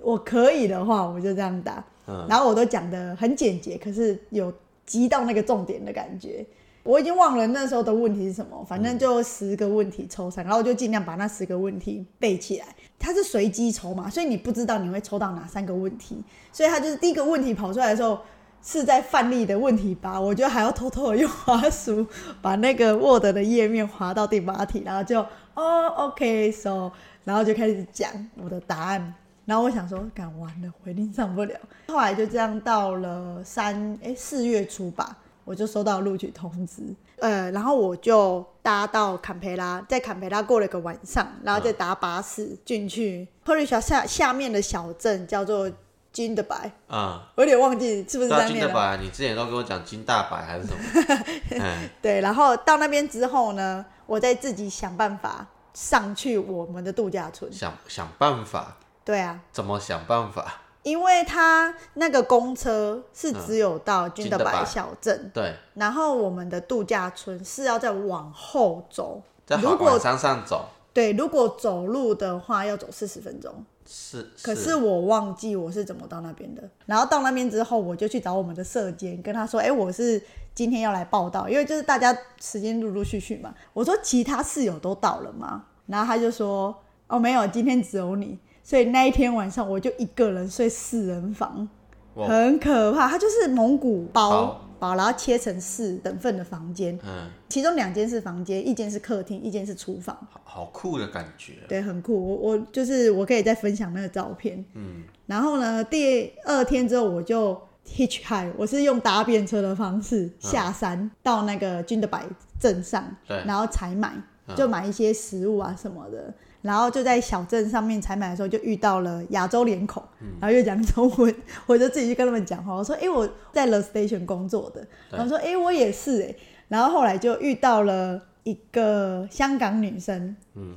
[SPEAKER 2] 我可以的话，我就这样打。然后我都讲的很简洁，可是有击到那个重点的感觉。我已经忘了那时候的问题是什么，反正就十个问题抽三，然后我就尽量把那十个问题背起来。它是随机抽嘛，所以你不知道你会抽到哪三个问题，所以它就是第一个问题跑出来的时候是在范例的问题吧，我觉得还要偷偷的用滑鼠把那个 Word 的页面滑到第八题，然后就哦 OK，so，、然后就开始讲我的答案。然后我想说，赶完了，我一定上不了。后来就这样到了三哎四月初吧，我就收到录取通知，呃，然后我就搭到坎培拉，在坎培拉过了个晚上，然
[SPEAKER 3] 嗯
[SPEAKER 2] 后再搭巴士进去 p o r i s h 下下面的小镇叫做金德白，
[SPEAKER 3] 啊，
[SPEAKER 2] 我有点忘记是不是
[SPEAKER 3] 对啊，
[SPEAKER 2] 在
[SPEAKER 3] 金
[SPEAKER 2] 面
[SPEAKER 3] 大
[SPEAKER 2] 了。
[SPEAKER 3] 白，你之前都跟我讲金大白还是 什么？哎，
[SPEAKER 2] 对，然后到那边之后呢，我再自己想办法上去我们的度假村。
[SPEAKER 3] 想想办法，
[SPEAKER 2] 对啊，
[SPEAKER 3] 怎么想 办法？
[SPEAKER 2] 因为它那个公车是只有到君德
[SPEAKER 3] 嗯君德
[SPEAKER 2] 白
[SPEAKER 3] 白
[SPEAKER 2] 小镇，
[SPEAKER 3] 对，
[SPEAKER 2] 然后我们的度假村是要再往后走。
[SPEAKER 3] 在
[SPEAKER 2] 如
[SPEAKER 3] 好往
[SPEAKER 2] 果
[SPEAKER 3] 山上走
[SPEAKER 2] 对，如果走路的话要走四十分钟，
[SPEAKER 3] 是，
[SPEAKER 2] 可是我忘记我是怎么到那边的。然后到那边之后，我就去找我们的社监，跟他说：“哎、我是今天要来报道，因为就是大家时间陆陆续续嘛。我说其他室友都到了吗？然后他就说哦没有，今天只有你，所以那一天晚上我就一个人睡四人房，
[SPEAKER 3] 哇
[SPEAKER 2] 很可怕。它就是蒙古包
[SPEAKER 3] 包
[SPEAKER 2] 包，然后切成四等份的房间，
[SPEAKER 3] 嗯，
[SPEAKER 2] 其中两间是房间，一间是客厅，一间是厨房。
[SPEAKER 3] 好好酷的感觉，
[SPEAKER 2] 对，很酷。我我就是我可以再分享那个照片。
[SPEAKER 3] 嗯，
[SPEAKER 2] 然后呢，第二天之后我就 hitchhike，我是用搭便车的方式下山、到那个军德百镇上，
[SPEAKER 3] 对嗯
[SPEAKER 2] 然后采买，就买一些食物啊什么的。然后就在小镇上面采买的时候，就遇到了亚洲脸孔，
[SPEAKER 3] 嗯
[SPEAKER 2] 然后又讲中文， 我就自己去跟他们讲话。我说：“哎、我在 The Station 工作的。”
[SPEAKER 3] 对
[SPEAKER 2] 然后说：“哎、我也是哎、然后后来就遇到了一个香港女生，
[SPEAKER 3] 嗯，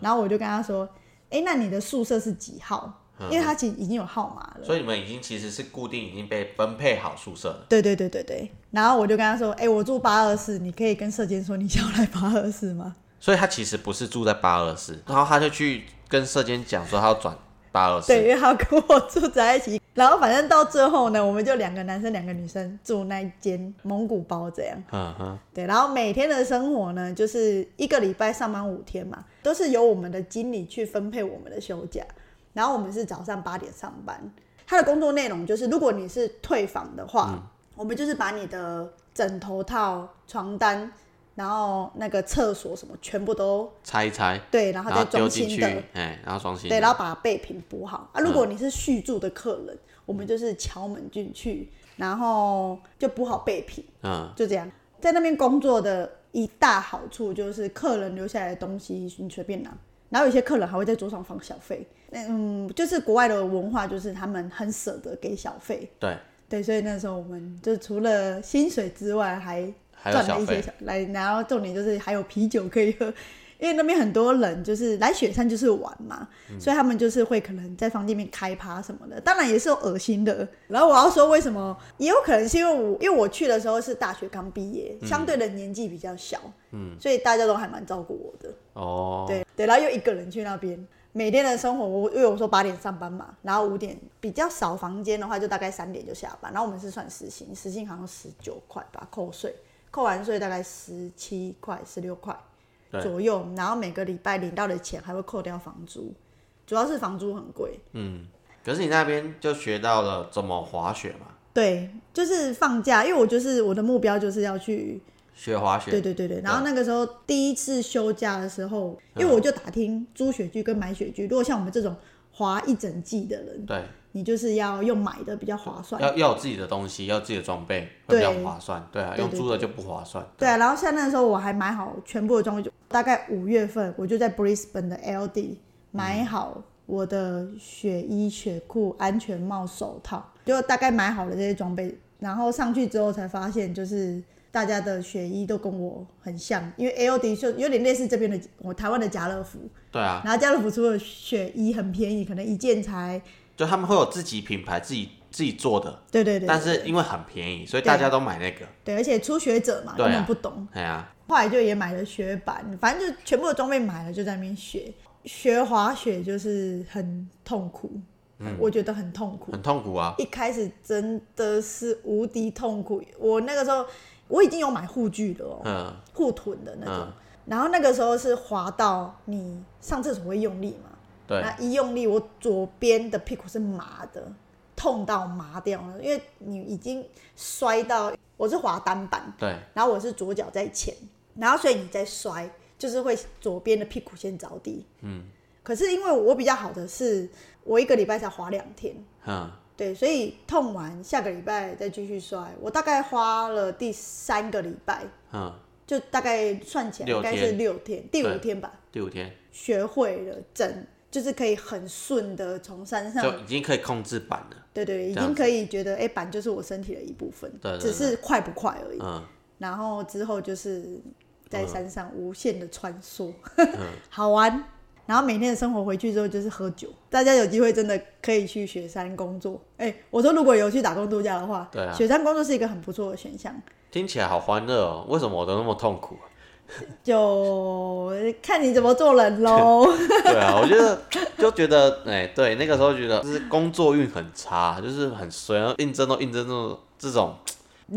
[SPEAKER 2] 然后我就跟他说：“哎、那你的宿舍是几号？”
[SPEAKER 3] 嗯
[SPEAKER 2] 因为他其实已经有号码了。
[SPEAKER 3] 所以你们已经其实是固定已经被分配好宿舍了，
[SPEAKER 2] 对对对对对。然后我就跟他说：“哎、我住八二四，你可以跟社监说你想要来八二四吗
[SPEAKER 3] 所以他其实不是住在八二四，然后他就去跟社监讲说他要转八二？”
[SPEAKER 2] 对，因
[SPEAKER 3] 四，
[SPEAKER 2] 为他跟我住哦在一起。然后反正到最后呢，我们就两个男生两个女生住那一间蒙古包这样。
[SPEAKER 3] 嗯哼，
[SPEAKER 2] 对，然后每天的生活呢，就是一个礼拜上班五天嘛，都是由我们的经理去分配我们的休假。然后我们是早上八点上班，他的工作内容就是，如果你是退房的话，
[SPEAKER 3] 嗯
[SPEAKER 2] 我们就是把你的枕头套、床单，然后那个厕所什么全部都
[SPEAKER 3] 拆一拆，
[SPEAKER 2] 对，然后
[SPEAKER 3] 然后
[SPEAKER 2] 再
[SPEAKER 3] 丢
[SPEAKER 2] 装
[SPEAKER 3] 进
[SPEAKER 2] 新
[SPEAKER 3] 去
[SPEAKER 2] 的，，
[SPEAKER 3] 哎，然后装新的，
[SPEAKER 2] 对，然后把备品补好啊。如果你是续住的客人，我们就是敲门进去，然后就补好备品。
[SPEAKER 3] 嗯，
[SPEAKER 2] 就这样，在那边工作的一大好处就是客人留下来的东西你随便拿，然后有些客人还会在桌上放小费。嗯，就是国外的文化，就是他们很舍得给小费。
[SPEAKER 3] 对，
[SPEAKER 2] 对，所以那时候我们就除了薪水之外，还
[SPEAKER 3] 还有
[SPEAKER 2] 赚了一些
[SPEAKER 3] 小
[SPEAKER 2] 小来，然后重点就是还有啤酒可以喝，因为那边很多人就是来雪山就是玩嘛，
[SPEAKER 3] 嗯
[SPEAKER 2] 所以他们就是会可能在房间里面开趴什么的，当然也是有恶心的。然后我要说为什么，也有可能是因为我因为我去的时候是大学刚毕业，
[SPEAKER 3] 嗯
[SPEAKER 2] 相对的年纪比较小，嗯，所以大家都还蛮照顾我的。
[SPEAKER 3] 哦，
[SPEAKER 2] 对对，然后又一个人去那边，每天的生活，我因为我说八点上班嘛，然后五点比较少房间的话，就大概三点就下班。然后我们是算时薪，时薪好像十九块吧，扣税，扣完税大概十七块、十六块
[SPEAKER 3] 对
[SPEAKER 2] 左右。然后每个礼拜领到的钱还会扣掉房租，主要是房租很贵。
[SPEAKER 3] 可是你那边就学到了怎么滑雪嘛，
[SPEAKER 2] 对，就是放假，因为我就是我的目标就是要去
[SPEAKER 3] 学滑雪，
[SPEAKER 2] 对对对对，然后那个时候第一次休假的时候，因为我就打听租雪具跟买雪具，如果像我们这种滑一整季的人，
[SPEAKER 3] 对，
[SPEAKER 2] 你就是要用买的比较划算。
[SPEAKER 3] 要要有自己的东西，要有自己的装备会比较
[SPEAKER 2] 对
[SPEAKER 3] 划算，对啊，
[SPEAKER 2] 对
[SPEAKER 3] 用
[SPEAKER 2] 对
[SPEAKER 3] 租的就不划算，
[SPEAKER 2] 对啊，然后像那时候我还买好全部的装备，大概五月份我就在 Brisbane 的 LD 买好我的雪衣、雪裤、安全帽、手套，就大概买好了这些装备，然后上去之后才发现就是。大家的雪衣都跟我很像，因为 LD 就有点类似这边的我台湾的家乐福，
[SPEAKER 3] 对啊，
[SPEAKER 2] 然后家乐福出的雪衣很便宜，可能一件才
[SPEAKER 3] 就他们会有自己品牌自己自己做的，
[SPEAKER 2] 对对对，
[SPEAKER 3] 但
[SPEAKER 2] 对
[SPEAKER 3] 是因为很便宜，所以大家都买那个，
[SPEAKER 2] 对，而且初学者嘛
[SPEAKER 3] 对啊
[SPEAKER 2] 根本不懂，
[SPEAKER 3] 哎呀，
[SPEAKER 2] 后来就也买了雪板，反正就全部的装备买了，就在那边学学滑雪，就是很痛苦，我觉得很痛苦
[SPEAKER 3] 嗯很，痛苦啊，
[SPEAKER 2] 一开始真的是无敌痛苦。我那个时候我已经有买护具了哦，
[SPEAKER 3] 嗯，
[SPEAKER 2] 护臀的那种，
[SPEAKER 3] 嗯
[SPEAKER 2] 然后那个时候是滑到你上厕所会用力嘛，
[SPEAKER 3] 对，
[SPEAKER 2] 那一用力，我左边的屁股是麻的，痛到麻掉了，因为你已经摔到，我是滑单板，
[SPEAKER 3] 对，
[SPEAKER 2] 然后我是左脚在前，然后所以你在摔，就是会左边的屁股先着地。嗯，可是因为我比较好的是，我一个礼拜才滑两天，
[SPEAKER 3] 嗯，
[SPEAKER 2] 对，所以痛完下个礼拜再继续摔，我大概花了第三个礼拜，
[SPEAKER 3] 嗯，
[SPEAKER 2] 就大概算起来
[SPEAKER 3] 六
[SPEAKER 2] 应该
[SPEAKER 3] 天
[SPEAKER 2] 是六天，第五
[SPEAKER 3] 对
[SPEAKER 2] 天吧，
[SPEAKER 3] 第五天
[SPEAKER 2] 学会了整，就是可以很顺的从山上
[SPEAKER 3] 就已经可以控制板了，
[SPEAKER 2] 对对，已
[SPEAKER 3] 这样
[SPEAKER 2] 经可以觉得，哎、板就是我身体的一部分，
[SPEAKER 3] 对对
[SPEAKER 2] 只是快不快而已。
[SPEAKER 3] 嗯，
[SPEAKER 2] 然后之后就是在山上无限的穿梭，
[SPEAKER 3] 嗯
[SPEAKER 2] 好玩。然后每天的生活回去之后就是喝酒，大家有机会真的可以去雪山工作。哎，我说如果有去打工度假的话，
[SPEAKER 3] 对啊
[SPEAKER 2] 雪山工作是一个很不错的选项。
[SPEAKER 3] 听起来好欢乐哦，为什么我都那么痛苦啊？
[SPEAKER 2] 就看你怎么做人 喽。
[SPEAKER 3] 对啊，我觉得就觉得，哎、对，那个时候觉得就是工作运很差，就是很衰，然后应征都应征这种这种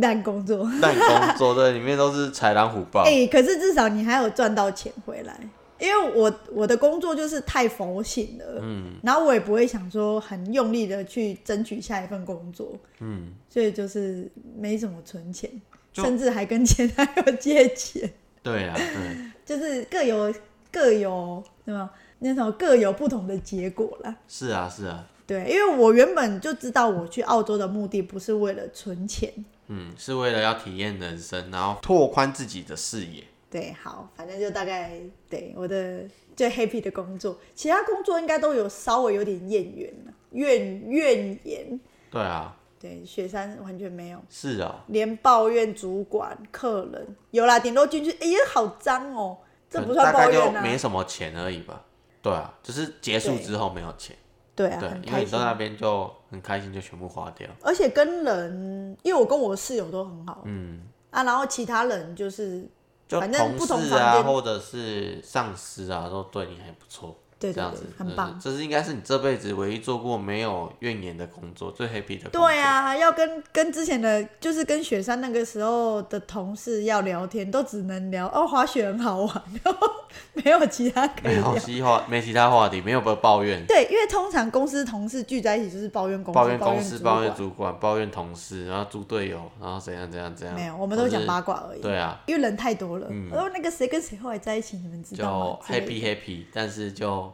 [SPEAKER 2] 烂工作。
[SPEAKER 3] 烂工作对，里面都是豺狼虎豹。
[SPEAKER 2] 哎、可是至少你还有赚到钱回来，因为我我的工作就是太佛性了，嗯，然后我也不会想说很用力的去争取下一份工作，嗯，所以就是没怎么存钱，
[SPEAKER 3] 就
[SPEAKER 2] 甚至 还跟前男友借钱，
[SPEAKER 3] 对啊，对，
[SPEAKER 2] 就是各有各有什么那种各有不同的结果啦。
[SPEAKER 3] 是啊，是啊，
[SPEAKER 2] 对，因为我原本就知道我去澳洲的目的不是为了存钱。
[SPEAKER 3] 嗯，是为了要体验人生，然后拓宽自己的视野。
[SPEAKER 2] 对，好，反正就大概对我的最 happy 的工作，其他工作应该都有稍微有点怨言了，怨怨言。
[SPEAKER 3] 对啊，
[SPEAKER 2] 对，雪山完全没有，
[SPEAKER 3] 是啊，
[SPEAKER 2] 连抱怨主管、客人有啦，顶多进去，哎呀，好脏哦，这不
[SPEAKER 3] 可能
[SPEAKER 2] 算
[SPEAKER 3] 大
[SPEAKER 2] 抱
[SPEAKER 3] 概就
[SPEAKER 2] 怨
[SPEAKER 3] 没
[SPEAKER 2] 啊。
[SPEAKER 3] 什么钱而已吧。对啊，就是结束
[SPEAKER 2] 对
[SPEAKER 3] 之后没有钱，
[SPEAKER 2] 对啊，
[SPEAKER 3] 对
[SPEAKER 2] 很，
[SPEAKER 3] 因为
[SPEAKER 2] 开
[SPEAKER 3] 你
[SPEAKER 2] 心
[SPEAKER 3] 到。那边就很开心，就全部花掉。
[SPEAKER 2] 而且跟人，因为我跟我室友都很好，
[SPEAKER 3] 嗯，
[SPEAKER 2] 啊，然后其他人就是
[SPEAKER 3] 就
[SPEAKER 2] 反正不同
[SPEAKER 3] 同事
[SPEAKER 2] 房
[SPEAKER 3] 啊，
[SPEAKER 2] 间
[SPEAKER 3] 或者是上司啊，都对你还不错。
[SPEAKER 2] 对
[SPEAKER 3] 这
[SPEAKER 2] 对
[SPEAKER 3] 样
[SPEAKER 2] 对
[SPEAKER 3] 子，
[SPEAKER 2] 很
[SPEAKER 3] 嗯真的是
[SPEAKER 2] 棒。
[SPEAKER 3] 这是应该是你这辈子唯一做过没有怨言的工作，最 happy 的工作。
[SPEAKER 2] 对啊，要跟跟之前的，就是跟雪山那个时候的同事要聊天，都只能聊哦，滑雪很好玩， 然后没有其他可以
[SPEAKER 3] 没
[SPEAKER 2] 聊
[SPEAKER 3] 有。其话，没其他话题，没有抱怨，
[SPEAKER 2] 对，因为通常公司同事聚在一起就是抱怨公司、
[SPEAKER 3] 抱怨
[SPEAKER 2] 抱
[SPEAKER 3] 公
[SPEAKER 2] 怨
[SPEAKER 3] 司，
[SPEAKER 2] 主
[SPEAKER 3] 抱怨
[SPEAKER 2] 管
[SPEAKER 3] 主管，抱怨同事，然后猪队友，然后怎样怎样怎样。
[SPEAKER 2] 没有，我们都讲
[SPEAKER 3] 或是
[SPEAKER 2] 八卦而已。
[SPEAKER 3] 对啊，
[SPEAKER 2] 因为人太多了。然后那个谁跟谁后来在一起，你们知
[SPEAKER 3] 就
[SPEAKER 2] 道吗之类的
[SPEAKER 3] happy happy，但是就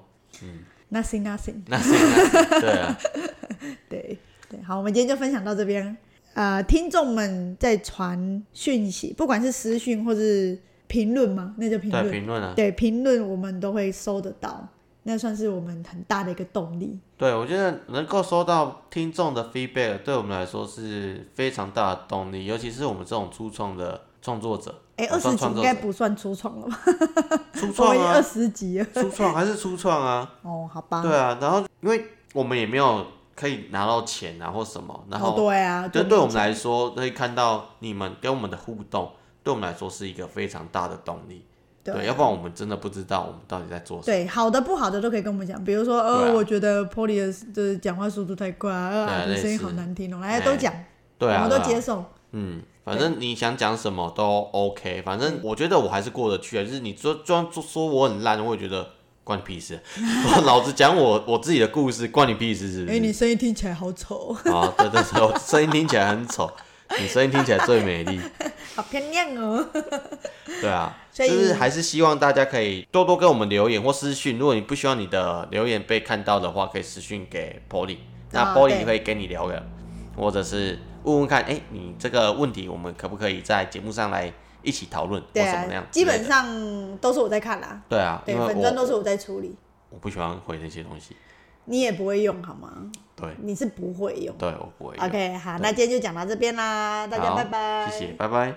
[SPEAKER 2] nothing nothing。
[SPEAKER 3] 那是那是对 啊，
[SPEAKER 2] 对对，好，我们今天就分享到这边。呃，听众们在传讯息，不管是私讯或是评论嘛，那叫评
[SPEAKER 3] 对
[SPEAKER 2] 论。
[SPEAKER 3] 评论啊，
[SPEAKER 2] 对，评论我们都会收得到，那算是我们很大的一个动力。
[SPEAKER 3] 对我觉得能够收到听众的 feedback，对我们来说是非常大的动力，尤其是我们这种初创的创作者，
[SPEAKER 2] 哎，
[SPEAKER 3] 我
[SPEAKER 2] 二
[SPEAKER 3] 们
[SPEAKER 2] 十
[SPEAKER 3] 算
[SPEAKER 2] 集
[SPEAKER 3] 哦创
[SPEAKER 2] 应
[SPEAKER 3] 作
[SPEAKER 2] 该
[SPEAKER 3] 者
[SPEAKER 2] 不算初创了吧？
[SPEAKER 3] 初
[SPEAKER 2] 我
[SPEAKER 3] 创
[SPEAKER 2] 们已经二
[SPEAKER 3] 啊，
[SPEAKER 2] 十集了。
[SPEAKER 3] 初创还是初创啊，
[SPEAKER 2] 哦，好吧。
[SPEAKER 3] 对啊，然后因为我们也没有可以拿到钱啊或什么，然
[SPEAKER 2] 哦，
[SPEAKER 3] 后
[SPEAKER 2] 对啊，
[SPEAKER 3] 就
[SPEAKER 2] 没
[SPEAKER 3] 对我们
[SPEAKER 2] 钱
[SPEAKER 3] 来说可以看到你们跟我们的互动，对我们来说是一个非常大的动力。对，
[SPEAKER 2] 对
[SPEAKER 3] 要不然我们真的不知道我们到底在做什么。
[SPEAKER 2] 对好的不好的都可以跟我们讲，比如说，
[SPEAKER 3] 对
[SPEAKER 2] 呃，
[SPEAKER 3] 啊
[SPEAKER 2] 我觉得 Polly 的就是讲话速度太快啊，呃
[SPEAKER 3] 对啊
[SPEAKER 2] 阿的声音
[SPEAKER 3] 类似
[SPEAKER 2] 好难听哦，来都讲，
[SPEAKER 3] 对啊，
[SPEAKER 2] 我们都
[SPEAKER 3] 对啊
[SPEAKER 2] 接受。
[SPEAKER 3] 嗯，反正你想讲什么都 OK，反正我觉得我还是过得去啊。就是你说，就算说说我很烂，我也觉得关你屁事。我 老子讲我我自己的故事，关你屁事是不
[SPEAKER 2] 哎，你
[SPEAKER 3] 是？
[SPEAKER 2] 声音听起来好丑，
[SPEAKER 3] 啊，对对对，我声音听起来很丑，你声音听起来最美丽。
[SPEAKER 2] 好漂亮哦。
[SPEAKER 3] 对啊，
[SPEAKER 2] 所以
[SPEAKER 3] 就是还是希望大家可以多多跟我们留言或私讯。如果你不希望你的留言被看到的话，可以私讯给 Polly，那
[SPEAKER 2] 啊
[SPEAKER 3] Polly
[SPEAKER 2] 对
[SPEAKER 3] 会跟你聊的，或者是问问看，哎、你这个问题我们可不可以在节目上来一起讨论，
[SPEAKER 2] 对
[SPEAKER 3] 或什么
[SPEAKER 2] 啊
[SPEAKER 3] 样，？
[SPEAKER 2] 基本。上都是我在看啦，
[SPEAKER 3] 对啊，
[SPEAKER 2] 对，
[SPEAKER 3] 因为
[SPEAKER 2] 粉砖都
[SPEAKER 3] 我
[SPEAKER 2] 是我在处理，
[SPEAKER 3] 我不喜欢回那些东西，
[SPEAKER 2] 你也不会用好吗？
[SPEAKER 3] 对
[SPEAKER 2] 你是不会用。
[SPEAKER 3] 对，我不会用。
[SPEAKER 2] OK，好，
[SPEAKER 3] 对
[SPEAKER 2] 那今天就讲到这边啦，大家
[SPEAKER 3] 好
[SPEAKER 2] 拜拜，
[SPEAKER 3] 谢谢，拜拜。